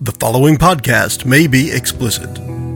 The following podcast may be explicit.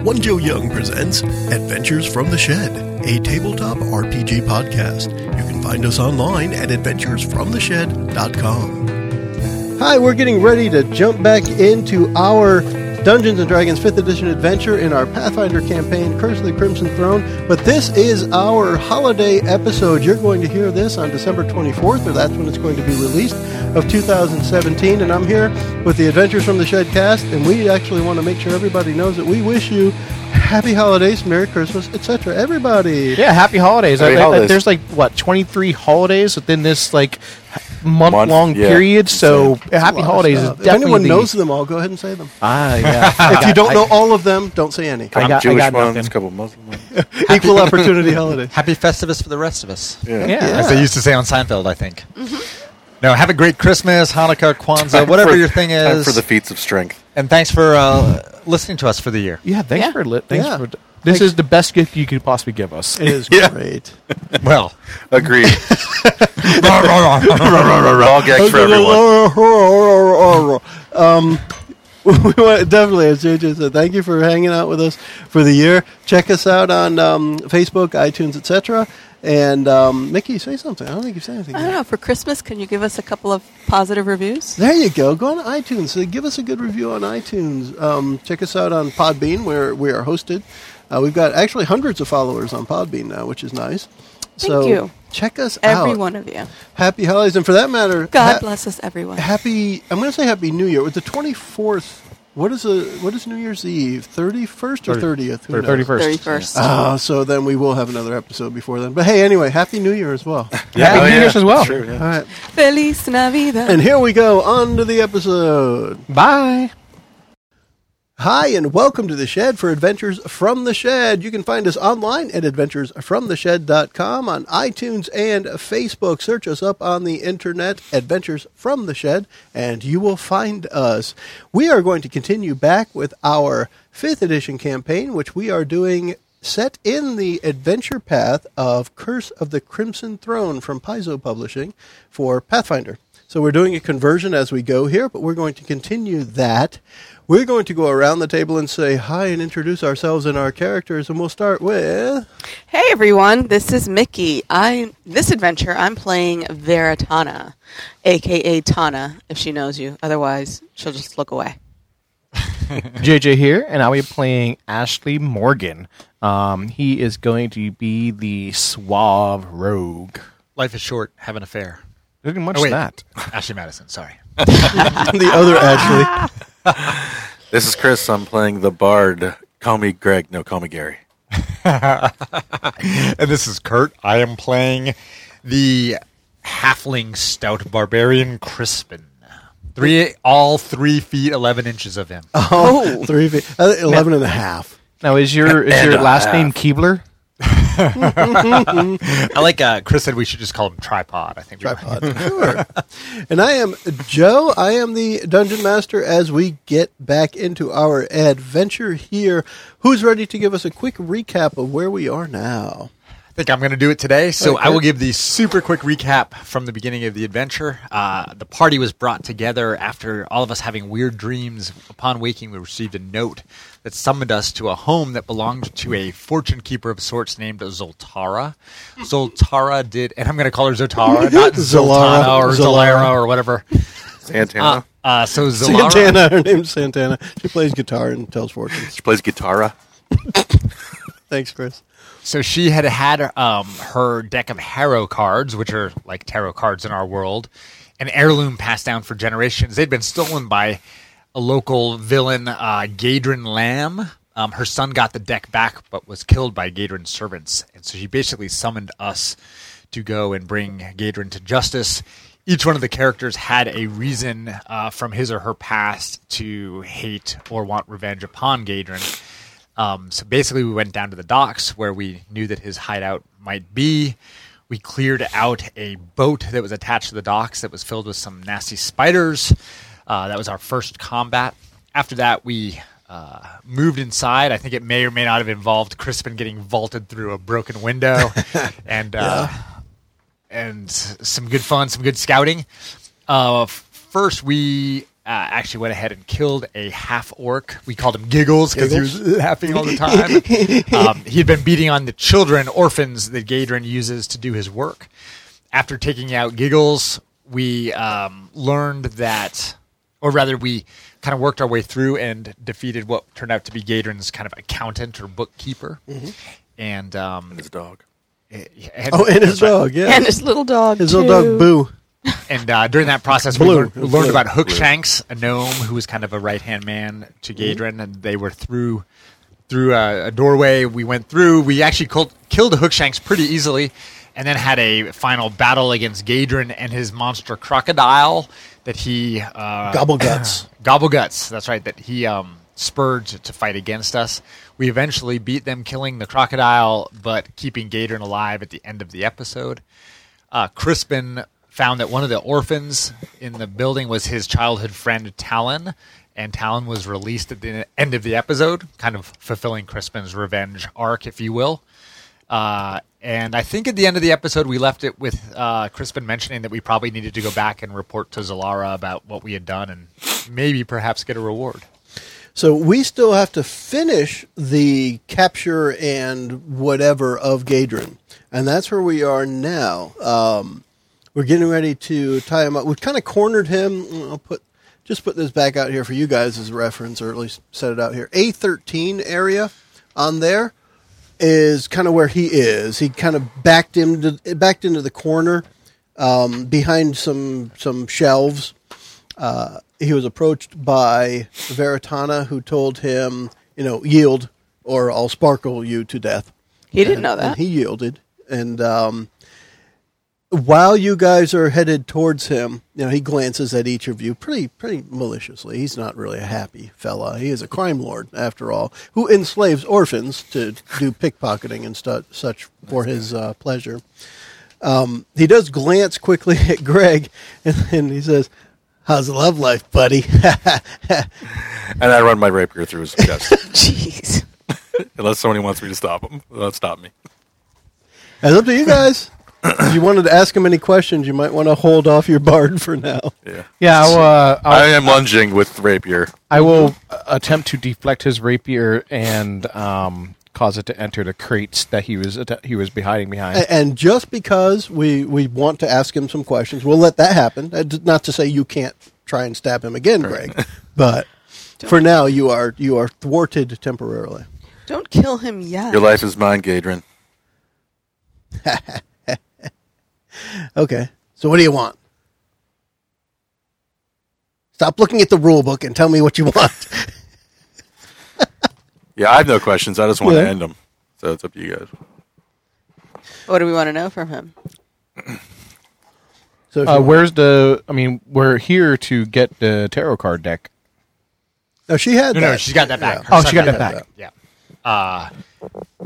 One Joe Young presents Adventures from the Shed, a tabletop RPG podcast. You can find us online at adventuresfromtheshed.com. Hi, we're getting ready to jump back into our Dungeons and Dragons 5th Edition adventure in our Pathfinder campaign, Curse of the Crimson Throne. But this is our holiday episode. You're going to hear this on December 24th, or that's when it's going to be released, of 2017. And I'm here with the Adventures from the Shed cast, and we actually want to make sure everybody knows that we wish you happy holidays, Merry Christmas, etc. Everybody. Yeah, happy holidays. I- Happy I- I- holidays. There's like what 23 holidays within this like month, Month, long yeah. period. So happy Lot of holidays is stuff. definitely If anyone the- knows them all, go ahead and say them. Ah, yeah. If you don't know all of them, don't say any. I I'm got- I Jewish got ones, nothing. couple Muslim ones. Equal opportunity holiday. Happy Festivus for the rest of us. Yeah. yeah. Yeah. As they used to say on Seinfeld, I think. No, have a great Christmas, Hanukkah, Kwanzaa, whatever For- your thing time is. for the feats of strength. and thanks for uh, listening to us for the year. Yeah, thanks for li- thanks Yeah. for this is the best gift you could possibly give us. It is Yeah. great. Well, Agreed. All gags for everyone. um, we want, definitely, as JJ said, thank you for hanging out with us for the year. Check us out on um, Facebook, iTunes, etc. And um, Mickey, say something. I don't think you said anything. I yet. don't know. For Christmas, can you give us a couple of positive reviews? There you go. Go on iTunes. So give us a good review on iTunes. Um, check us out on Podbean, where we are hosted. Uh, we've got actually hundreds of followers on Podbean now, which is nice. Thank so you. Check us out. Every one of you. Happy holidays, and for that matter, God Oh. ha- bless us, everyone. happy i'm going to say happy new year with the 24th what is a what is new year's eve 31st or 30th Who knows? Thirty first. 31st. Ah, so then we will have another episode before then but hey anyway happy new year as well Happy New Year's as well. True, Oh, yeah. all right Feliz Navidad. and here we go on to the episode Bye. Hi, and welcome to The Shed for Adventures from the Shed. You can find us online at adventuresfromtheshed.com, on iTunes and Facebook. Search us up on the internet, Adventures from the Shed, and you will find us. We are going to continue back with our fifth edition campaign, which we are doing set in the adventure path of Curse of the Crimson Throne from Paizo Publishing for Pathfinder. So we're doing a conversion as we go here, but we're going to continue that. We're going to go around the table and say hi and introduce ourselves and our characters, and we'll start with Hey everyone, this is Mickey. I this adventure I'm playing Veritana, aka Tana, if she knows you. Otherwise, she'll just look away. JJ here, and I'll be playing Ashley Morgan. Um, he is going to be the suave rogue. life is short. Have an affair. Pretty much Oh, wait. that. Ashley Madison, sorry. the other Ashley. This is Chris. I'm playing the bard. Call me Greg. No, call me Gary. And this is Kurt. I am playing the halfling stout barbarian Crispin. Three, all three feet eleven inches of him. Oh, three feet, uh, 11 and a half. Now is your is your last name Keebler? I like. Uh, Chris said we should just call him tripod. I think. we- tripod. sure. And I am Joe. I am the dungeon master as we get back into our adventure here. Who's ready to give us a quick recap of where we are now? I think I'm going to do it today. So Okay. I will give the super quick recap from the beginning of the adventure. Uh, the party was brought together after all of us having weird dreams. Upon waking, we received a note that summoned us to a home that belonged to a fortune keeper of sorts named Zoltara. Zoltara did, and I'm going to call her Zoltara, not Zolara. Zoltana or Zolara. Zolara or whatever. Santana. Uh, uh, so Zolara. Santana. Her name's Santana. She plays guitar and tells fortunes. she plays uh, guitarra. Thanks, Chris. So she had had um, her deck of Harrow cards, which are like tarot cards in our world, an heirloom passed down for generations. They'd been stolen by a local villain, uh, Gadrin Lamb. Um, her son got the deck back, but was killed by Gadrin's servants. And so she basically summoned us to go and bring Gadrin to justice. Each one of the characters had a reason uh, from his or her past to hate or want revenge upon Gadrin. Um, so basically, we went down to the docks where we knew that his hideout might be. We cleared out a boat that was attached to the docks that was filled with some nasty spiders. Uh, that was our first combat. After that, we uh, moved inside. I think it may or may not have involved Crispin getting vaulted through a broken window, and uh, and s- some good fun, some good scouting. Uh, f- first, we actually went ahead and killed a half orc. We called him Giggles because he was laughing all the time. um, he had been beating on the children, orphans that Gadrin uses to do his work. After taking out Giggles, we um, learned that, or rather, we kind of worked our way through and defeated what turned out to be Gadrin's kind of accountant or bookkeeper. And, um, his dog. and- Oh, Mm-hmm. and his that's right. dog, yeah. And his little dog. his little dog, too. Boo. And uh, during that process, Blue. we learned, we Blue. learned about Hookshanks, a gnome who was kind of a right hand man to Gadrin, and they were through through uh, a, a doorway. We went through. We actually col- killed Hookshanks pretty easily, and then had a final battle against Gadrin and his monster crocodile that he uh, Gobbleguts. Gobbleguts. That's right. That he um, spurred to fight against us. We eventually beat them, killing the crocodile, but keeping Gadrin alive at the end of the episode. Uh, Crispin found that one of the orphans in the building was his childhood friend Talon, and Talon was released at the end of the episode, kind of fulfilling Crispin's revenge arc, if you will. Uh, and I think at the end of the episode, we left it with uh, Crispin mentioning that we probably needed to go back and report to Zalara about what we had done and maybe perhaps get a reward. So we still have to finish the capture and whatever of Gadrin, and that's where we are now. Um, we're getting ready to tie him up. We've kind of cornered him. I'll put just put this back out here for you guys as a reference, or at least set it out here. A thirteen area on there is kind of where he is. He kind of backed him to, backed into the corner um, behind some some shelves uh, he was approached by Veritana, who told him, you know, yield or I'll sparkle you to death. He didn't know And that. he yielded. And um, while you guys are headed towards him, you know, he glances at each of you pretty, pretty maliciously. He's not really a happy fella. He is a crime lord, after all, who enslaves orphans to do pickpocketing and stu- such for his uh, pleasure. Um, he does glance quickly at Greg, and then he says, "How's the love life, buddy?" And I run my rapier through his chest. Jeez. Unless somebody wants me to stop him. Don't stop me. That's up to you guys. if you wanted to ask him any questions, you might want to hold off your bard for now. Yeah. Yeah, I'll, uh, I'll, I am lunging with rapier. I will attempt to deflect his rapier and um, cause it to enter the crates that he was atta- he was be hiding behind. A- And just because we, we want to ask him some questions, we'll let that happen. That's Not to say you can't try and stab him again, Greg, but for now you are you are thwarted temporarily. Don't kill him yet. Your life is mine, Gadrin. Okay. So what do you want? Stop looking at the rule book and tell me what you want. Yeah, I have no questions. I just want Yeah. to end them. So it's up to you guys. What do we want to know from him? So if you uh, want- where's the? I mean, we're here to get the tarot card deck. no, oh, she had No, that. no, she's got that back. Yeah. Her Oh, son she got that back. Yeah. Uh,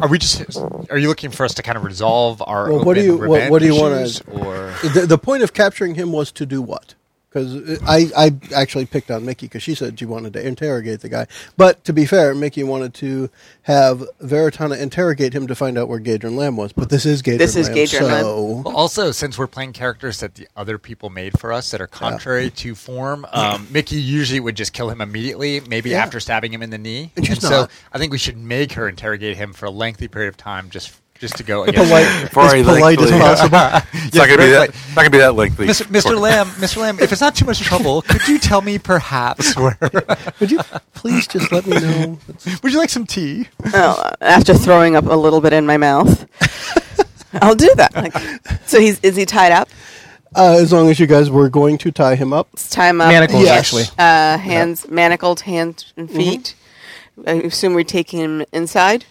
are we just? Are you looking for us to kind of resolve our? Well, what do open you- what- revenge what do you wanna- issues, Or The, the point of capturing him was to do what? Because I, I actually picked on Mickey because she said she wanted to interrogate the guy. But to be fair, Mickey wanted to have Veritana interrogate him to find out where Gadron Lamb was. But this is Gadron This is Lamb. Gadron Lamb. so Well, also, since we're playing characters that the other people made for us that are contrary to form, um, Mickey usually would just kill him immediately, maybe Yeah. after stabbing him in the knee. And she's so not. I think we should make her interrogate him for a lengthy period of time just just to go against polite, For a as polite as lengthy- possible. It's not gonna be that. Not gonna be that lengthy. Mr. Mr. Lamb, Mr. Lamb, if it's not too much trouble, could you tell me perhaps where? Would you please just let me know? Would you like some tea? Oh, after throwing up a little bit in my mouth. I'll do that. Like, so he's is he tied up? Uh, as long as you guys were going to tie him up. It's time up. Manacles, Yes. Mm-hmm. actually. Uh, hands manacled, hands and feet. I assume we're taking him inside.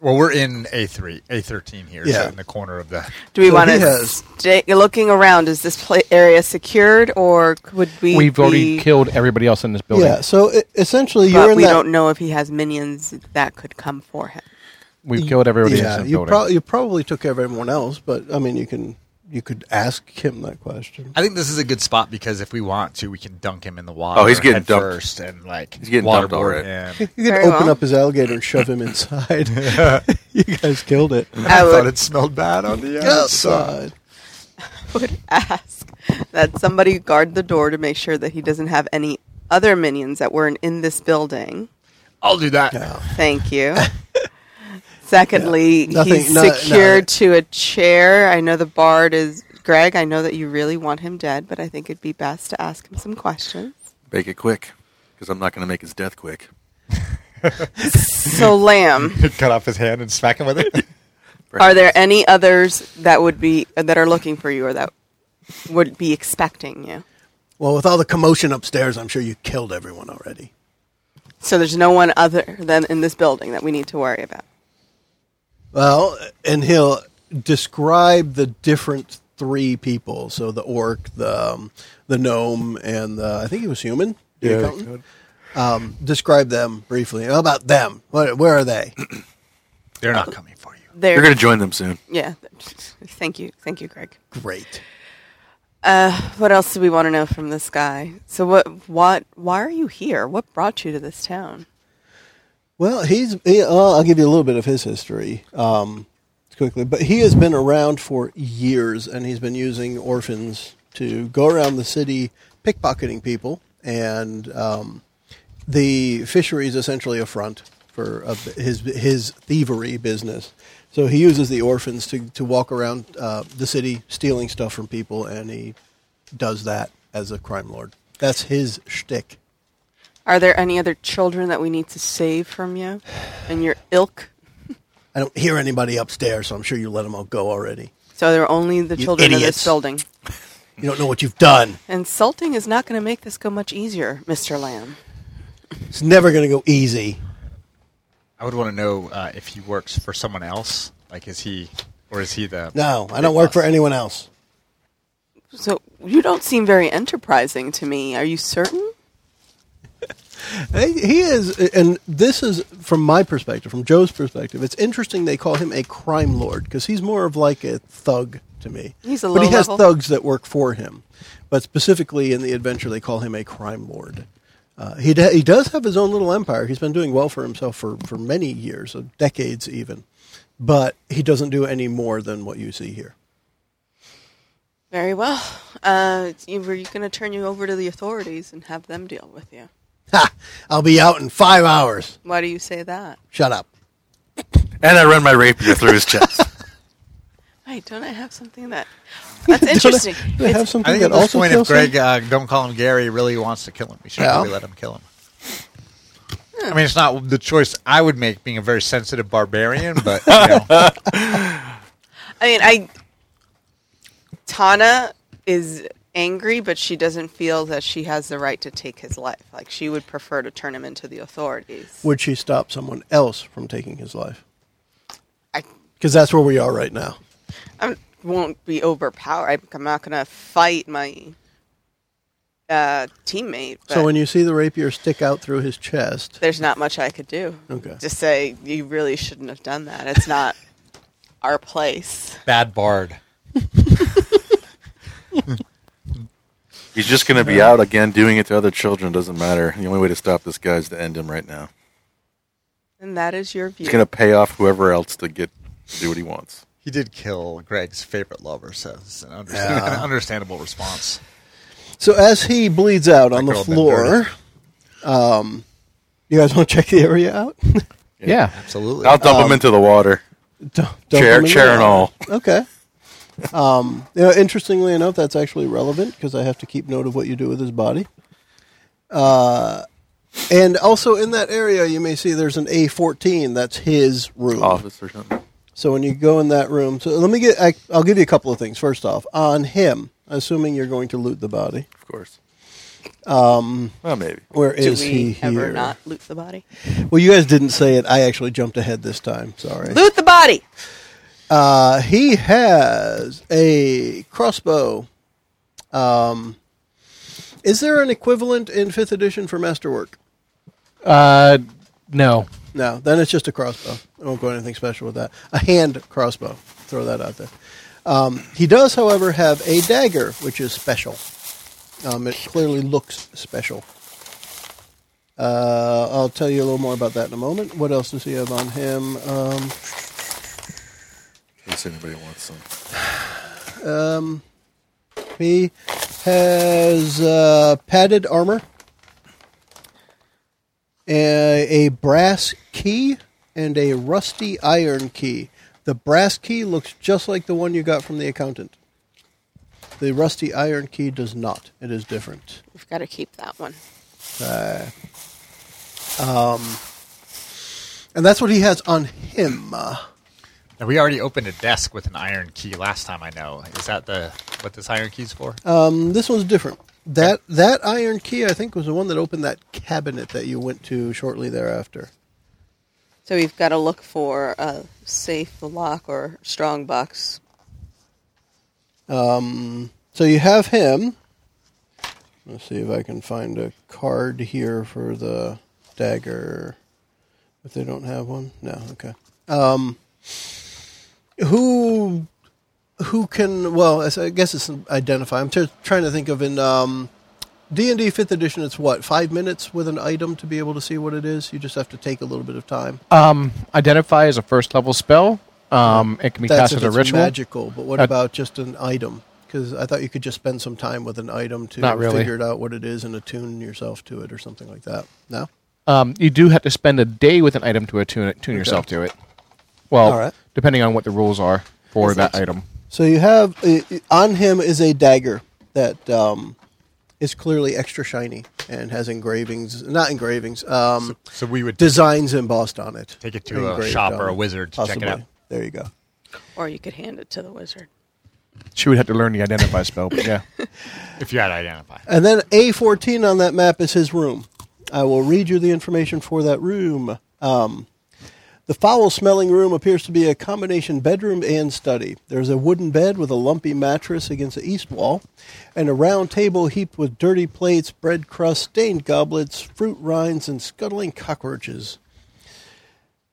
Well, we're in A three, A thirteen here, Yeah. so in the corner of the. Do we So want he has- to stay looking around? Is this pla area secured, or would we? We've already be- killed everybody else in this building. Yeah, so e- essentially But you're in we that. don't know if he has minions that could come for him. We've killed everybody else yeah, in the you, building. pro- you probably took everyone else, but I mean, you can you could ask him that question. I think this is a good spot because if we want to, we can dunk him in the water. Oh, he's getting head dumped. first and like He's getting dumped waterboard already. him. You could Very open well. up his alligator and shove him inside. you guys killed it. I would it smelled bad on the Outside. would ask that somebody guard the door to make sure that he doesn't have any other minions that weren't in this building. I'll do that. Thank you. Secondly, Nothing- he's no- no. secured to a chair. I know the bard is Greg. I know that you really want him dead, but I think it'd be best to ask him some questions. Make it quick, because I'm not going to make his death quick. So, Lamb, Cut off his hand and smack him with it. are there any others that would be that are looking for you or that would be expecting you? Well, with all the commotion upstairs, I'm sure you killed everyone already. So there's no one other than in this building that we need to worry about. Well, and he'll describe the different three people. So the orc, the um, the gnome, and the, I think he was human. the Yeah, accountant. Um, describe them briefly. How about them? What, where are they? They're not coming for you. There, You're going to join them soon. yeah. Thank you, thank you, Greg. Great. What else do we want to know from this guy? So what? What? Why are you here? What brought you to this town? Well, he's. He, uh, I'll give you a little bit of his history um, quickly, but he has been around for years, and he's been using orphans to go around the city pickpocketing people, and um, the fishery is essentially a front for a, his his thievery business. So he uses the orphans to to walk around uh, the city stealing stuff from people, and he does that as a crime lord. That's his shtick. Are there any other children that we need to save from you and your ilk? I don't hear anybody upstairs, so I'm sure you let them all go already. So there are only the You children in idiots. this building. You don't know what you've done. Insulting is not going to make this go much easier, Mister Lamb. It's never going to go easy. I would want to know uh, if he works for someone else. Like, is he, or is he the? No, I don't work for anyone else. So you don't seem very enterprising to me. Are you certain? He he is, and this is from my perspective, from Joe's perspective. It's interesting they call him a crime lord because he's more of like a thug to me. He's a but he low has level. thugs that work for him. But specifically in the adventure, they call him a crime lord. Uh, he d- he does have his own little empire. He's been doing well for himself for for many years, uh, decades even. But he doesn't do any more than what you see here. Very well. Uh, you- we're going to turn you over to the authorities and have them deal with you. Ha! I'll be out in five hours. Why do you say that? Shut up. And I run my rapier through his chest. Wait, don't I have something that? That's interesting. Do I have something I think that at this also point, if kills Greg, uh, don't call him Gary, really wants to kill him, we should Yeah. probably let him kill him. I mean, it's not the choice I would make, being a very sensitive barbarian, but you know, I mean, I Tana is angry, but she doesn't feel that she has the right to take his life. Like she would prefer to turn him into the authorities. Would she stop someone else from taking his life? I Because that's where we are right now. I won't be overpowered. I'm- I'm not going to fight my uh, teammate. But So when you see the rapier stick out through his chest, there's not much I could do. Okay. Just say you really shouldn't have done that. It's not our place. bad bard. He's just going to be out again doing it to other children. Doesn't matter. The only way to stop this guy is to end him right now. And that is your view. He's going to pay off whoever else to get to do what he wants. He did kill Greg's favorite lover, so it's an, understand- an understandable response. so as he bleeds out on the girl been floor, um, dirty. you guys want to check the area out? Yeah. Absolutely. I'll dump him into the water, Don't- don't chair, come in chair there. and all. Okay. Um, you know, interestingly enough, that's actually relevant because I have to keep note of what you do with his body. Uh, and also in that area, you may see there's an A14. That's his room. Office or something. So when you go in that room, so let me get. I, I'll give you a couple of things. First off, on him, assuming you're going to loot the body. Of course. Um, well, maybe. Where Do is we he ever here? not loot the body? Well, you guys didn't say it. I actually jumped ahead this time. Sorry. Loot the body. Uh, he has a crossbow. Um, is there an equivalent in fifth edition for masterwork? Uh, no. No, then it's just a crossbow. I won't go anything special with that. A hand crossbow. Throw that out there. Um, he does, however, have a dagger, which is special. Um, it clearly looks special. Uh, I'll tell you a little more about that in a moment. What else does he have on him? Um, In case anybody wants some. He has uh, padded armor, a, a brass key, and a rusty iron key. The brass key looks just like the one you got from the accountant. The rusty iron key does not. It is different. We've got to keep that one. And that's what he has on him. Uh, Now, we already opened a desk with an iron key last time. I know. Is that the what this iron key's for? Um, this one's different. That that iron key, I think, was the one that opened that cabinet that you went to shortly thereafter. So we've got to look for a safe lock or strong box. So you have him. Let's see if I can find a card here for the dagger. If they don't have one, no. Okay. Um, who who can? Well, I s- I guess it's an identify. I'm t- trying to think of in um, D and D Fifth Edition. It's what five minutes with an item to be able to see what it is. You just have to take a little bit of time. Um, identify is a first level spell. Um, it can be That's cast if as a it's ritual. magical, but what Uh, about just an item? Because I thought you could just spend some time with an item to Not really. figure it out what it is and attune yourself to it or something like that. No, Um, you do have to spend a day with an item to attune it, tune yourself to it. Well, All right. depending on what the rules are for Is that it- item. so you have i- i- on him is a dagger that um, is clearly extra shiny and has engravings, not engravings, um, So we would designs embossed on it. Take it to a Engraved shop on or a it. wizard to check it Possibly. out. There you go. Or you could hand it to the wizard. She would have to learn the identify spell, but yeah. if you had to identify. And then A14 on that map is his room. I will read you the information for that room. Um, the foul smelling room appears to be a combination bedroom and study. There's a wooden bed with a lumpy mattress against the east wall, and a round table heaped with dirty plates, bread crusts, stained goblets, fruit rinds, and scuttling cockroaches.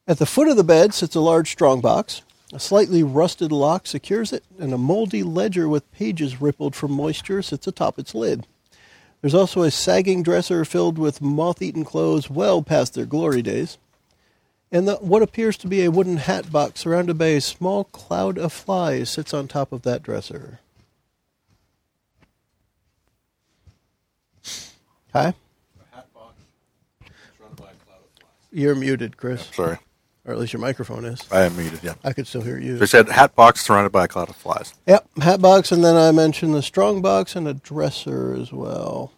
At the foot of the bed sits a large strong box. A slightly rusted lock secures it, and a moldy ledger with pages rippled from moisture sits atop its lid. There's also a sagging dresser filled with moth eaten clothes well past their glory days, and the, what appears to be a wooden hat box surrounded by a small cloud of flies sits on top of that dresser. Hi? You're muted, Chris. Sorry, Or at least your microphone is. I am muted. Yeah, I could still hear you. they said hat box surrounded by a cloud of flies. Yep, hat box, and then I mentioned the strong box and a dresser as well.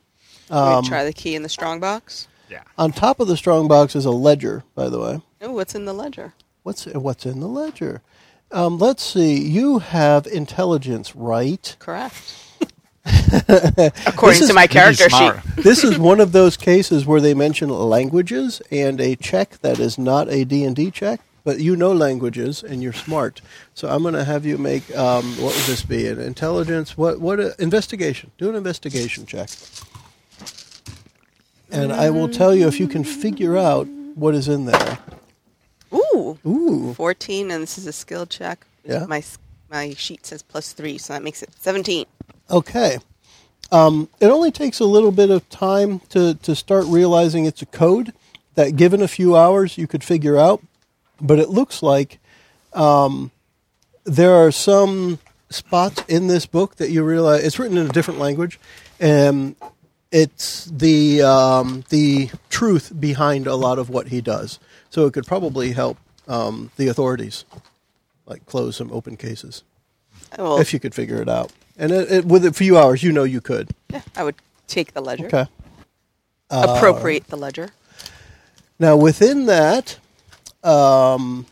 Um, we try the key in the strong box. Yeah. On top of the strong box is a ledger, by the way. Oh, what's in the ledger? What's what's in the ledger? Um, let's see. You have intelligence, right? Correct. According This to is my character sheet. this is one of those cases where they mention languages and a check that is not a D&D check, but you know languages and you're smart. So I'm going to have you make um, what would this be? An intelligence what what a, investigation. Do an investigation check. And I will tell you if you can figure out what is in there. Ooh, Ooh. 14, and this is a skill check. Yeah. My s- my sheet says plus three, so that makes it 17. Okay. Um, it only takes a little bit of time to, to start realizing it's a code that, given a few hours, you could figure out. But it looks like um, there are some spots in this book that you realize it's written in a different language, and it's the um, the truth behind a lot of what he does. So it could probably help um, the authorities, like close some open cases I will, if you could figure it out. And it, it, with a few hours, you know you could. yeah, I would take the ledger, Okay. appropriate the ledger. Now within that, um,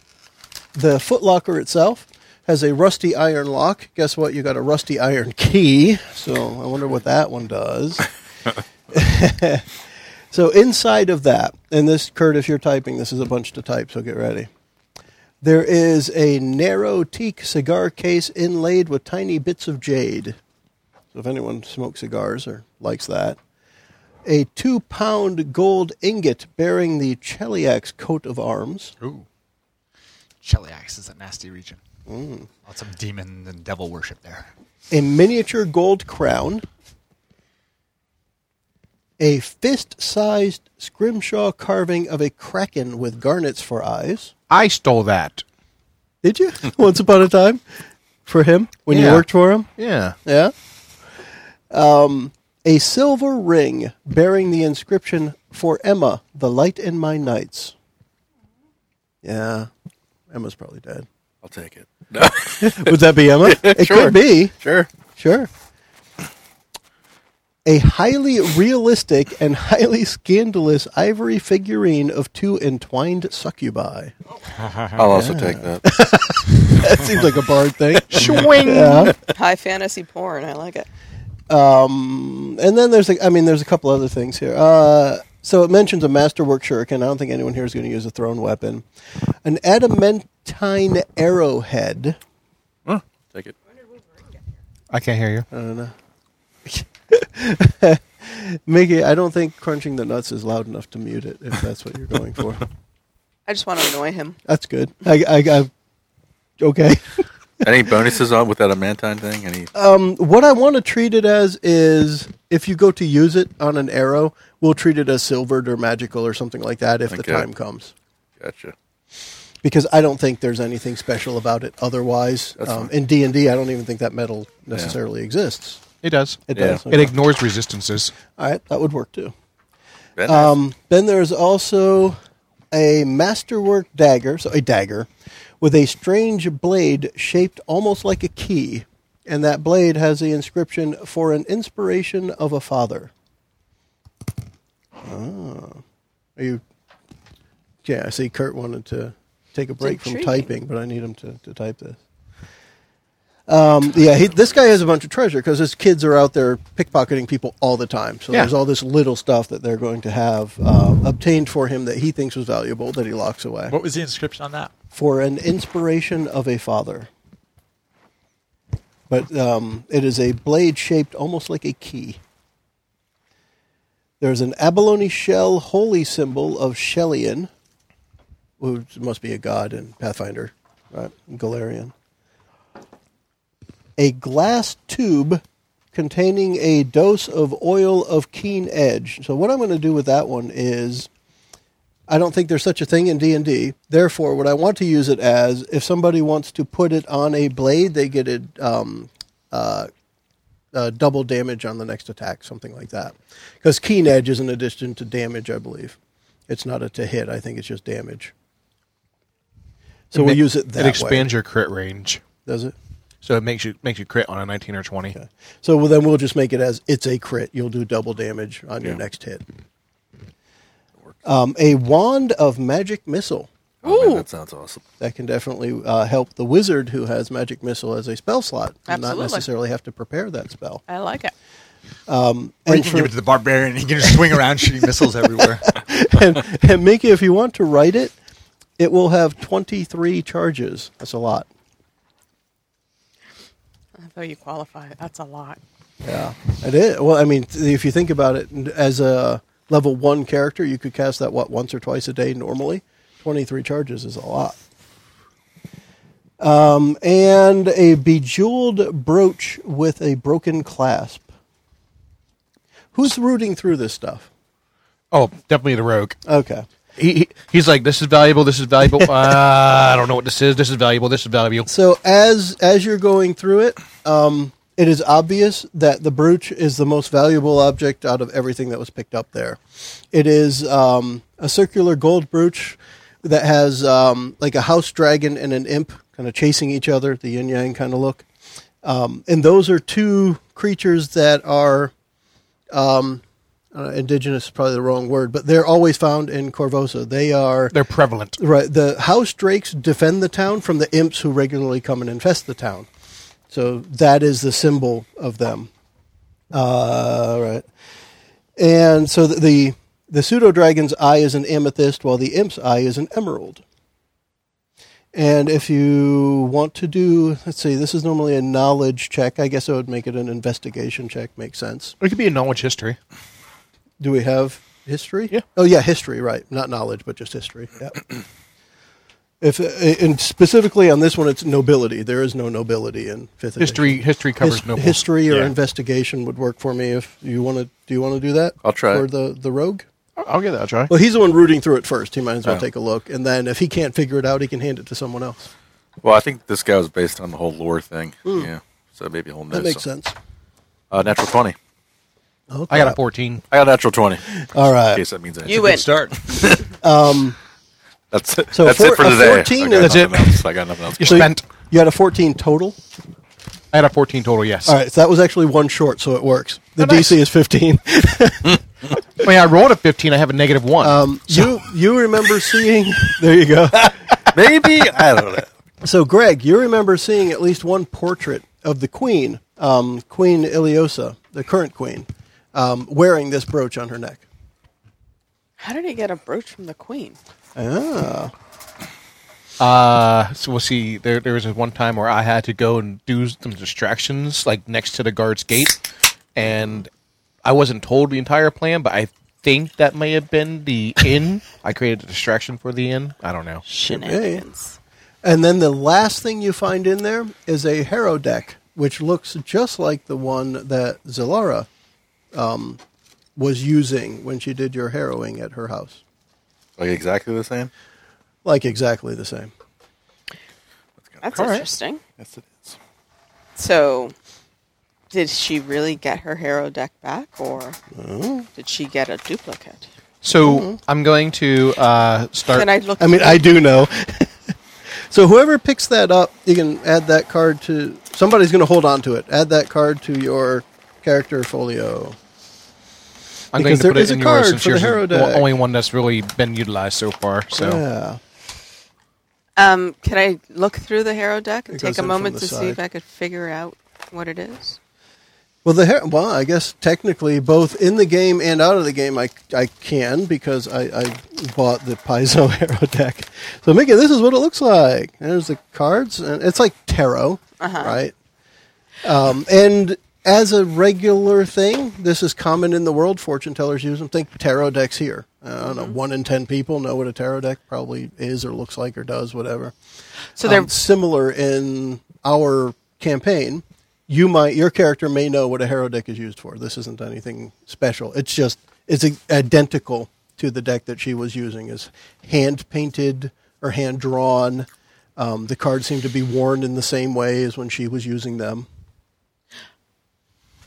the footlocker itself has a rusty iron lock. Guess what? You got a rusty iron key. So I wonder what that one does. so inside of that, and this, Kurt, if you're typing, this is a bunch to type, so get ready. There is a narrow teak cigar case inlaid with tiny bits of jade. So if anyone smokes cigars or likes that, a two pound gold ingot bearing the Cheliak's coat of arms. Ooh. Cheliax is a nasty region. Mm. Lots of demon and devil worship there. a miniature gold crown, a fist sized scrimshaw carving of a kraken with garnets for eyes. I stole that. Did you? Once upon a time? For him? When you Yeah. worked for him? Yeah. Yeah. Um, a silver ring bearing the inscription for Emma, the light in my nights. Yeah, Emma's probably dead. I'll take it. No. Would that be Emma? It Sure. could be. sure. Sure. A highly realistic and highly scandalous ivory figurine of two entwined succubi. I'll also take that. That seems like a bard thing. Swing. Yeah. High fantasy porn. I like it. Um, And then there's, a, I mean, there's a couple other things here. Uh, so it mentions a masterwork shuriken. I don't think anyone here is going to use a thrown weapon. An adamantine arrowhead. Take it. I can't hear Uh, you. Mickey, I don't think crunching the nuts is loud enough to mute it if that's what you're going for. I just want to annoy him. That's good. I, I, I okay. Any bonuses on with that amantine thing? Any? Uh, what I want to treat it as is if you go to use it on an arrow, we'll treat it as silvered or magical or something like that if the Okay. time comes. gotcha. Because I don't think there's anything special about it otherwise. Um, in D and D, I don't even think that metal necessarily exists. It does. It Yeah. does. It okay. ignores resistances. All right, that would work too. That- Um, then there's also a masterwork dagger, so a dagger with a strange blade shaped almost like a key, and that blade has the inscription for an inspiration of a father. Oh. Are you? Yeah, I see. Kurt wanted to take a break from intriguing. typing, but I need him to, to type this. Um, yeah, he, this guy has a bunch of treasure because his kids are out there pickpocketing people all the time. So Yeah. there's all this little stuff that they're going to have uh, obtained for him that he thinks was valuable that he locks away What was the inscription on that? for an inspiration of a father. But um, it is a blade shaped almost like a key. There's an abalone shell holy symbol of Shellian, who must be a god in Pathfinder, right? Galarian. A glass tube containing a dose of oil of keen edge. So what I'm going to do with that one is I don't think there's such a thing in D&D. Therefore, what I want to use it as, if somebody wants to put it on a blade, they get a, um, uh, uh, double damage on the next attack, something like that. Because keen edge is an addition to damage, I believe. It's not a to hit. I think it's just damage. So we'll use it that It way. expands your crit range, Does it? so it makes you makes you crit on a 19 or 20. So well, then we'll just make it as it's a crit. You'll do double damage on your Yeah. next hit. Um, a wand of magic missile. oh, man, Ooh. that sounds awesome. that can definitely uh, help the wizard who has magic missile as a spell slot and not Absolutely. necessarily have to prepare that spell. I like it. Or you can And, for, give it to the barbarian. He can just swing around shooting missiles everywhere. and, and Mickey, if you want to write it, it will have 23 charges. That's a lot. I thought you qualify. That's a lot. Yeah. It is. Well, I mean, th- if you think about it, n- as a level one character, you could cast that, what, once or twice a day normally? 23 charges is a lot. Um, and a bejeweled brooch with a broken clasp. Who's rooting through this stuff? Oh, definitely the rogue. Okay. He, he he's like this is valuable. This is valuable. uh, I don't know what this is. This is valuable. This is valuable. So as as you're going through it, um, it is obvious that the brooch is the most valuable object out of everything that was picked up there. It is um, a circular gold brooch that has um, like a house dragon and an imp kind of chasing each other, the yin yang kind of look. Um, and those are two creatures that are um, uh, indigenous, is probably the wrong word, but they're always found in Corvosa. They are They're prevalent. Right. The house drakes defend the town from the imps who regularly come and infest the town. So that is the symbol of them. Uh, right. And so the, the, the pseudo dragon's eye is an amethyst, while the imp's eye is an emerald. And if you want to do, let's see, this is normally a knowledge check. I guess I would make it an investigation check. Makes sense. It could be a knowledge history. Do we have history? Yeah. Oh yeah, history. Right. Not knowledge, but just history. Yeah. if uh, and specifically on this one, it's nobility. There is no nobility in fifth edition. History history His- covers nobles. history or Yeah. investigation would work for me. If you want to, do you want to do that? I'll try For it. the the rogue. I'll I'll give that a try. Well, he's the one rooting through it first. He might as well Oh. take a look, and then if he can't figure it out, he can hand it to someone else. Well, I think this guy was based on the whole lore thing. Yeah. So maybe he'll know. That makes something. sense. Uh, natural 20. I got a 14. I got natural 20. All In right. case that means anything. You win. Start. That's it. So that's four- it for a today. 14 I got is- nothing else. I got nothing else. You're So you- spent. You had a 14 total. I had a 14 total, yes. All right, so that was actually one short, so it works. The Oh, nice. DC is 15. I mean, Oh, I rolled a 15. I have a negative one. Um, you you remember seeing? There you go. Maybe I don't know. So, Greg, you remember seeing at least one portrait of the Queen, um, Queen Iliosa, the current Queen, um, wearing this brooch on her neck. How did he get a brooch from the queen? Uh, so we'll see. There, there was this one time where I had to go and do some distractions, like next to the guard's gate, and I wasn't told the entire plan, but I think that may have been the inn. I created a distraction for the inn. I don't know. Shenanigans. And then the last thing you find in there is a Harrow deck, which looks just like the one that Zilara um, was using when she did your harrowing at her house. Like exactly the same. Like exactly the same. That's interesting. Yes, it is. So, did she really get her Harrow deck back, or Oh. did she get a duplicate? So Mm-hmm. I'm going to uh, start. Then I'd look. I mean, I do know. so whoever picks that up, you can add that card to. Somebody's going to hold on to it. Add that card to your character folio. I'm going because to there put it is a in yours card since for the yours Harrow is deck. the only one that's really been utilized so far. So Yeah. um, can I look through the Harrow deck and It goes take in a from moment the to side. see if I could figure out what it is? Well, the har- well, I guess technically, both in the game and out of the game, I, I can because I, I bought the Paizo Hero deck. So, Mickey, this is what it looks like. There's the cards, and it's like tarot, right? Um, and as a regular thing, this is common in the world. Fortune tellers use them. Think tarot decks here. I don't know. One in ten people know what a tarot deck probably is, or looks like, or does, whatever So they're um, similar in our campaign. You might your character may know what a harrow deck is used for. This isn't anything special. It's just it's i- identical to the deck that she was using. Is hand painted or hand drawn. Um, the cards seem to be worn in the same way as when she was using them.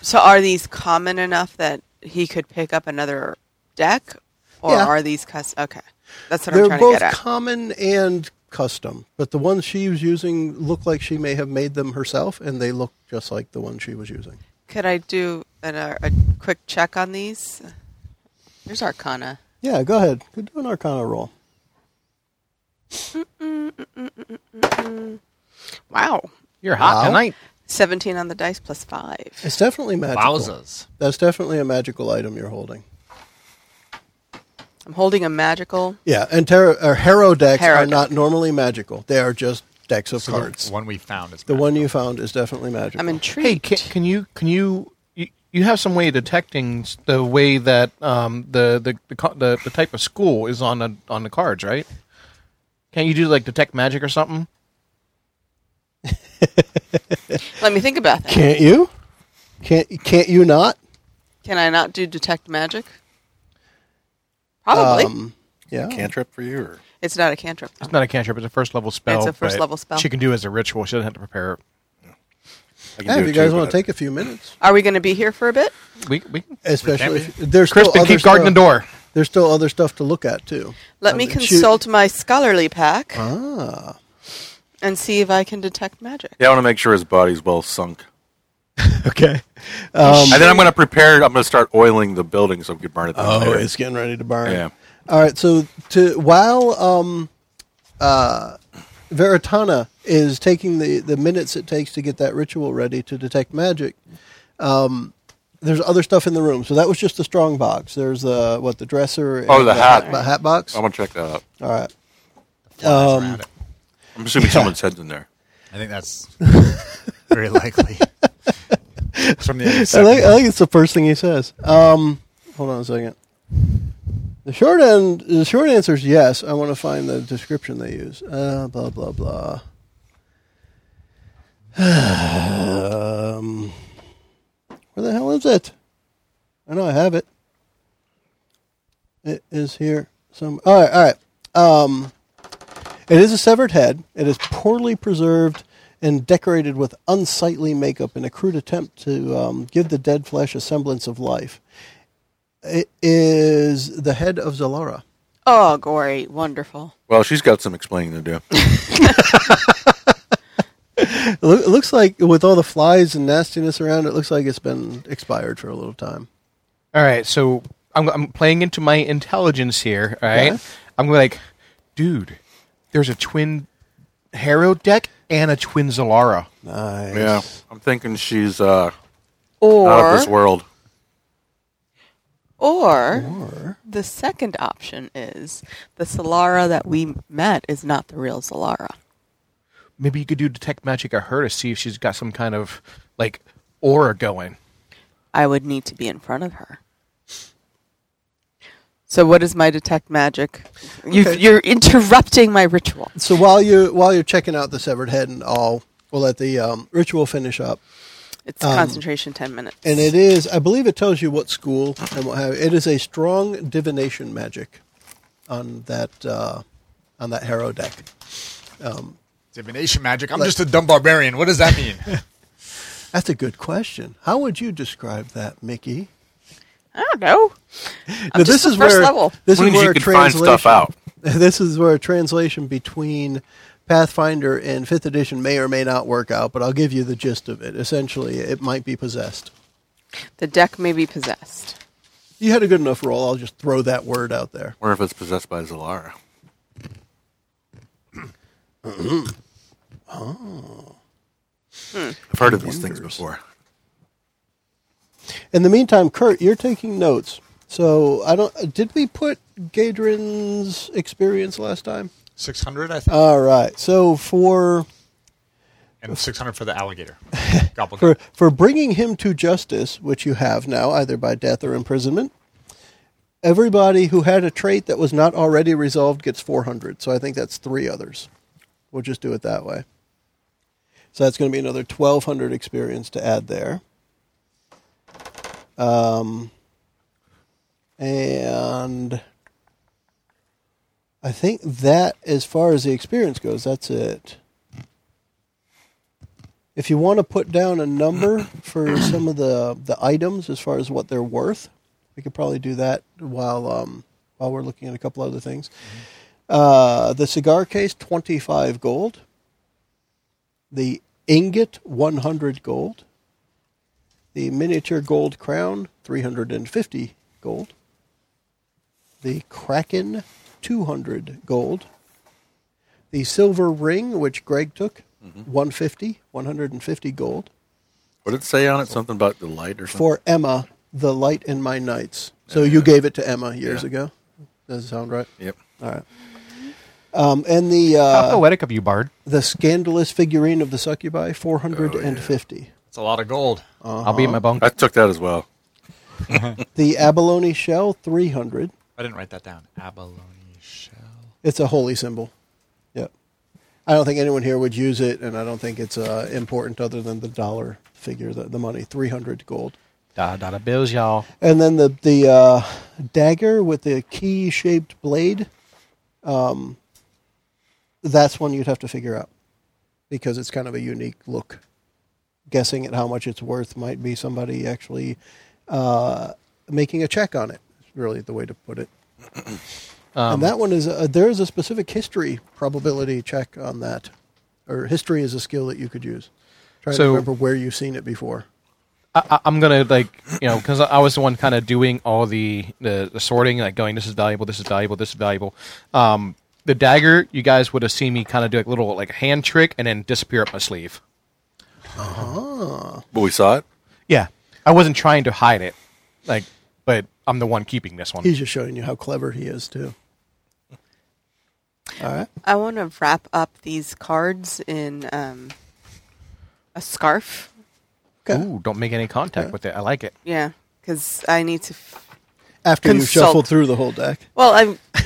so are these common enough that he could pick up another deck, or Yeah. are these cus? Okay, that's what I'm They're trying to both get at. common and custom, but the ones she was using look like she may have made them herself, and they look just like the one she was using. Could I do an, a, a quick check on these? Here's Arcana. Yeah, go ahead. Go do an Arcana roll. Wow. you're hot Wow. tonight. 17 on the dice plus 5. It's definitely magical. Wowzas. That's definitely a magical item you're holding. I'm holding a magical. Yeah, and tarot or harrow decks Harrow are deck. not normally magical. They are just decks of So cards. The one we found is The one you found is definitely magical. I'm Hey, intrigued. can, can you can you, you you have some way of detecting s- the way that um the the the, co- the, the type of school is on the on the cards, right? Can't you do like detect magic or something? Let me think about that. can't you? Can't can't you not? Can I not do detect magic? Probably. Yeah. Cantrip for you, or it's not a cantrip. though. Um, It's not a cantrip; it's a first level spell. It's a first but level spell. She can do it as a ritual. She doesn't have to prepare it. I can Yeah, do if it you guys too, want but to take a few minutes, Are we going to be here for a bit? We we especially if, there's still Crispin other keep guarding stuff- the door. There's still other stuff to look at too. Let Uh, me she- consult my scholarly pack. Ah. And see if I can detect magic. Yeah, I want to make sure his body's well sunk. Okay. Um, and then I'm going to prepare. I'm going to start oiling the building so we can burn it. down Oh, later. it's getting ready to burn. Yeah. All right. So to while um, uh, Veritana is taking the the minutes it takes to get that ritual ready to detect magic, um, there's other stuff in the room. So that was just the strong box. There's the what the dresser. and Oh, the hat. the hat box. I'm going to check that out. All right. found. Um, I'm assuming someone's head's in there. I think that's very likely. It's from the other I side. think, I think it's the first thing he says. Um, hold on a second. The short end. The short answer is yes. I want to find the description they use. Uh, blah blah blah. um, where the hell is it? I know I have it. It is here. Some. All right. All right. Um, it is a severed head. It is poorly preserved and decorated with unsightly makeup in a crude attempt to um, give the dead flesh a semblance of life. It is the head of Zalara. Oh, gory, wonderful. Well, she's got some explaining to do. It loo- it looks like with all the flies and nastiness around, it looks like it's been expired for a little time. All right, so I'm, I'm playing into my intelligence here. All right, I'm like, dude, there's a twin Harrow deck and a twin Zalara. Nice. yeah, I'm thinking she's uh, out of this Or, world. or the second option is the Solara that we met is not the real Solara. Maybe you could do detect magic at her to see if she's got some kind of like aura going. I would need to be in front of her. So what is my detect magic? You, You're interrupting my ritual. So while you while you're checking out the severed head and all, we'll let the um, ritual finish up. It's concentration ten minutes. Um, And it is, I believe, it tells you what school and what have. It is a strong divination magic on that uh, on that harrow deck. Divination magic. I'm just a dumb barbarian. What does that mean? That's a good question. How would you describe that, Mickey? I don't know. Now, just the first level. this Means is where you a can find translation. stuff out. This is where a translation between Pathfinder and Fifth Edition may or may not work out, but I'll give you the gist of it. Essentially, it might be possessed. The deck may be possessed. You had a good enough roll. I'll just throw that word out there. Or if it's possessed by Zalara. Hmm. I've heard of these things before. In the meantime, Kurt, you're taking notes. So I don't. Did we put Gadrin's experience last time? 600, I think. All right. So for and 600 for the alligator. Gobble, for gobble. for bringing him to justice, which you have now, either by death or imprisonment, everybody who had a trait that was not already resolved gets 400. So I think that's three others. We'll just do it that way. So that's going to be another 1,200 experience to add there. Um, and I think that, as far as the experience goes, that's it if you want to put down a number for some of the, the items as far as what they're worth, we could probably do that while um, while we're looking at a couple other things. Uh, the cigar case, twenty five gold. The ingot, one hundred gold. The miniature gold crown, three hundred and fifty gold. The kraken, two hundred gold. The silver ring, which Greg took, 150, 150 gold. What did it say on it? Something about the light or something? For Emma, the light in my nights. So you gave it to Emma years ago. Does it sound right? Yep. Um, and the How uh, poetic of you, Bard. the scandalous figurine of the succubi, 450. It's a lot of gold. I'll be in my bunk. I took that as well. The abalone shell, 300. I didn't write that down. Abalone shell. It's a holy symbol. Yep. I don't think anyone here would use it, and I don't think it's uh, important other than the dollar figure, the, the money, 300 gold. Da da da bills, y'all. And then the the uh, dagger with the key shaped blade, um, that's one you'd have to figure out because it's kind of a unique look. Guessing at how much it's worth might be somebody actually uh, making a check on it. Is really the way to put it. and that one is a, there is a specific history probability check on that, or history is a skill that you could use. Try to So- remember where you've seen it before. I, I- I'm gonna like you know because I was the one kind of doing all the, the the sorting, like going this is valuable, this is valuable, this is valuable. Um, the dagger, you guys would have seen me kind of do like little like hand trick and then disappear up my sleeve. But we saw it. Yeah, I wasn't trying to hide it, like, but I'm the one keeping this one. He's just showing you how clever he is too. All right. I want to wrap up these cards in um, a scarf. Okay. Ooh, don't make any contact with it. I like it. Yeah, because I need to. F- After you Consult. shuffled through the whole deck. well, I'm.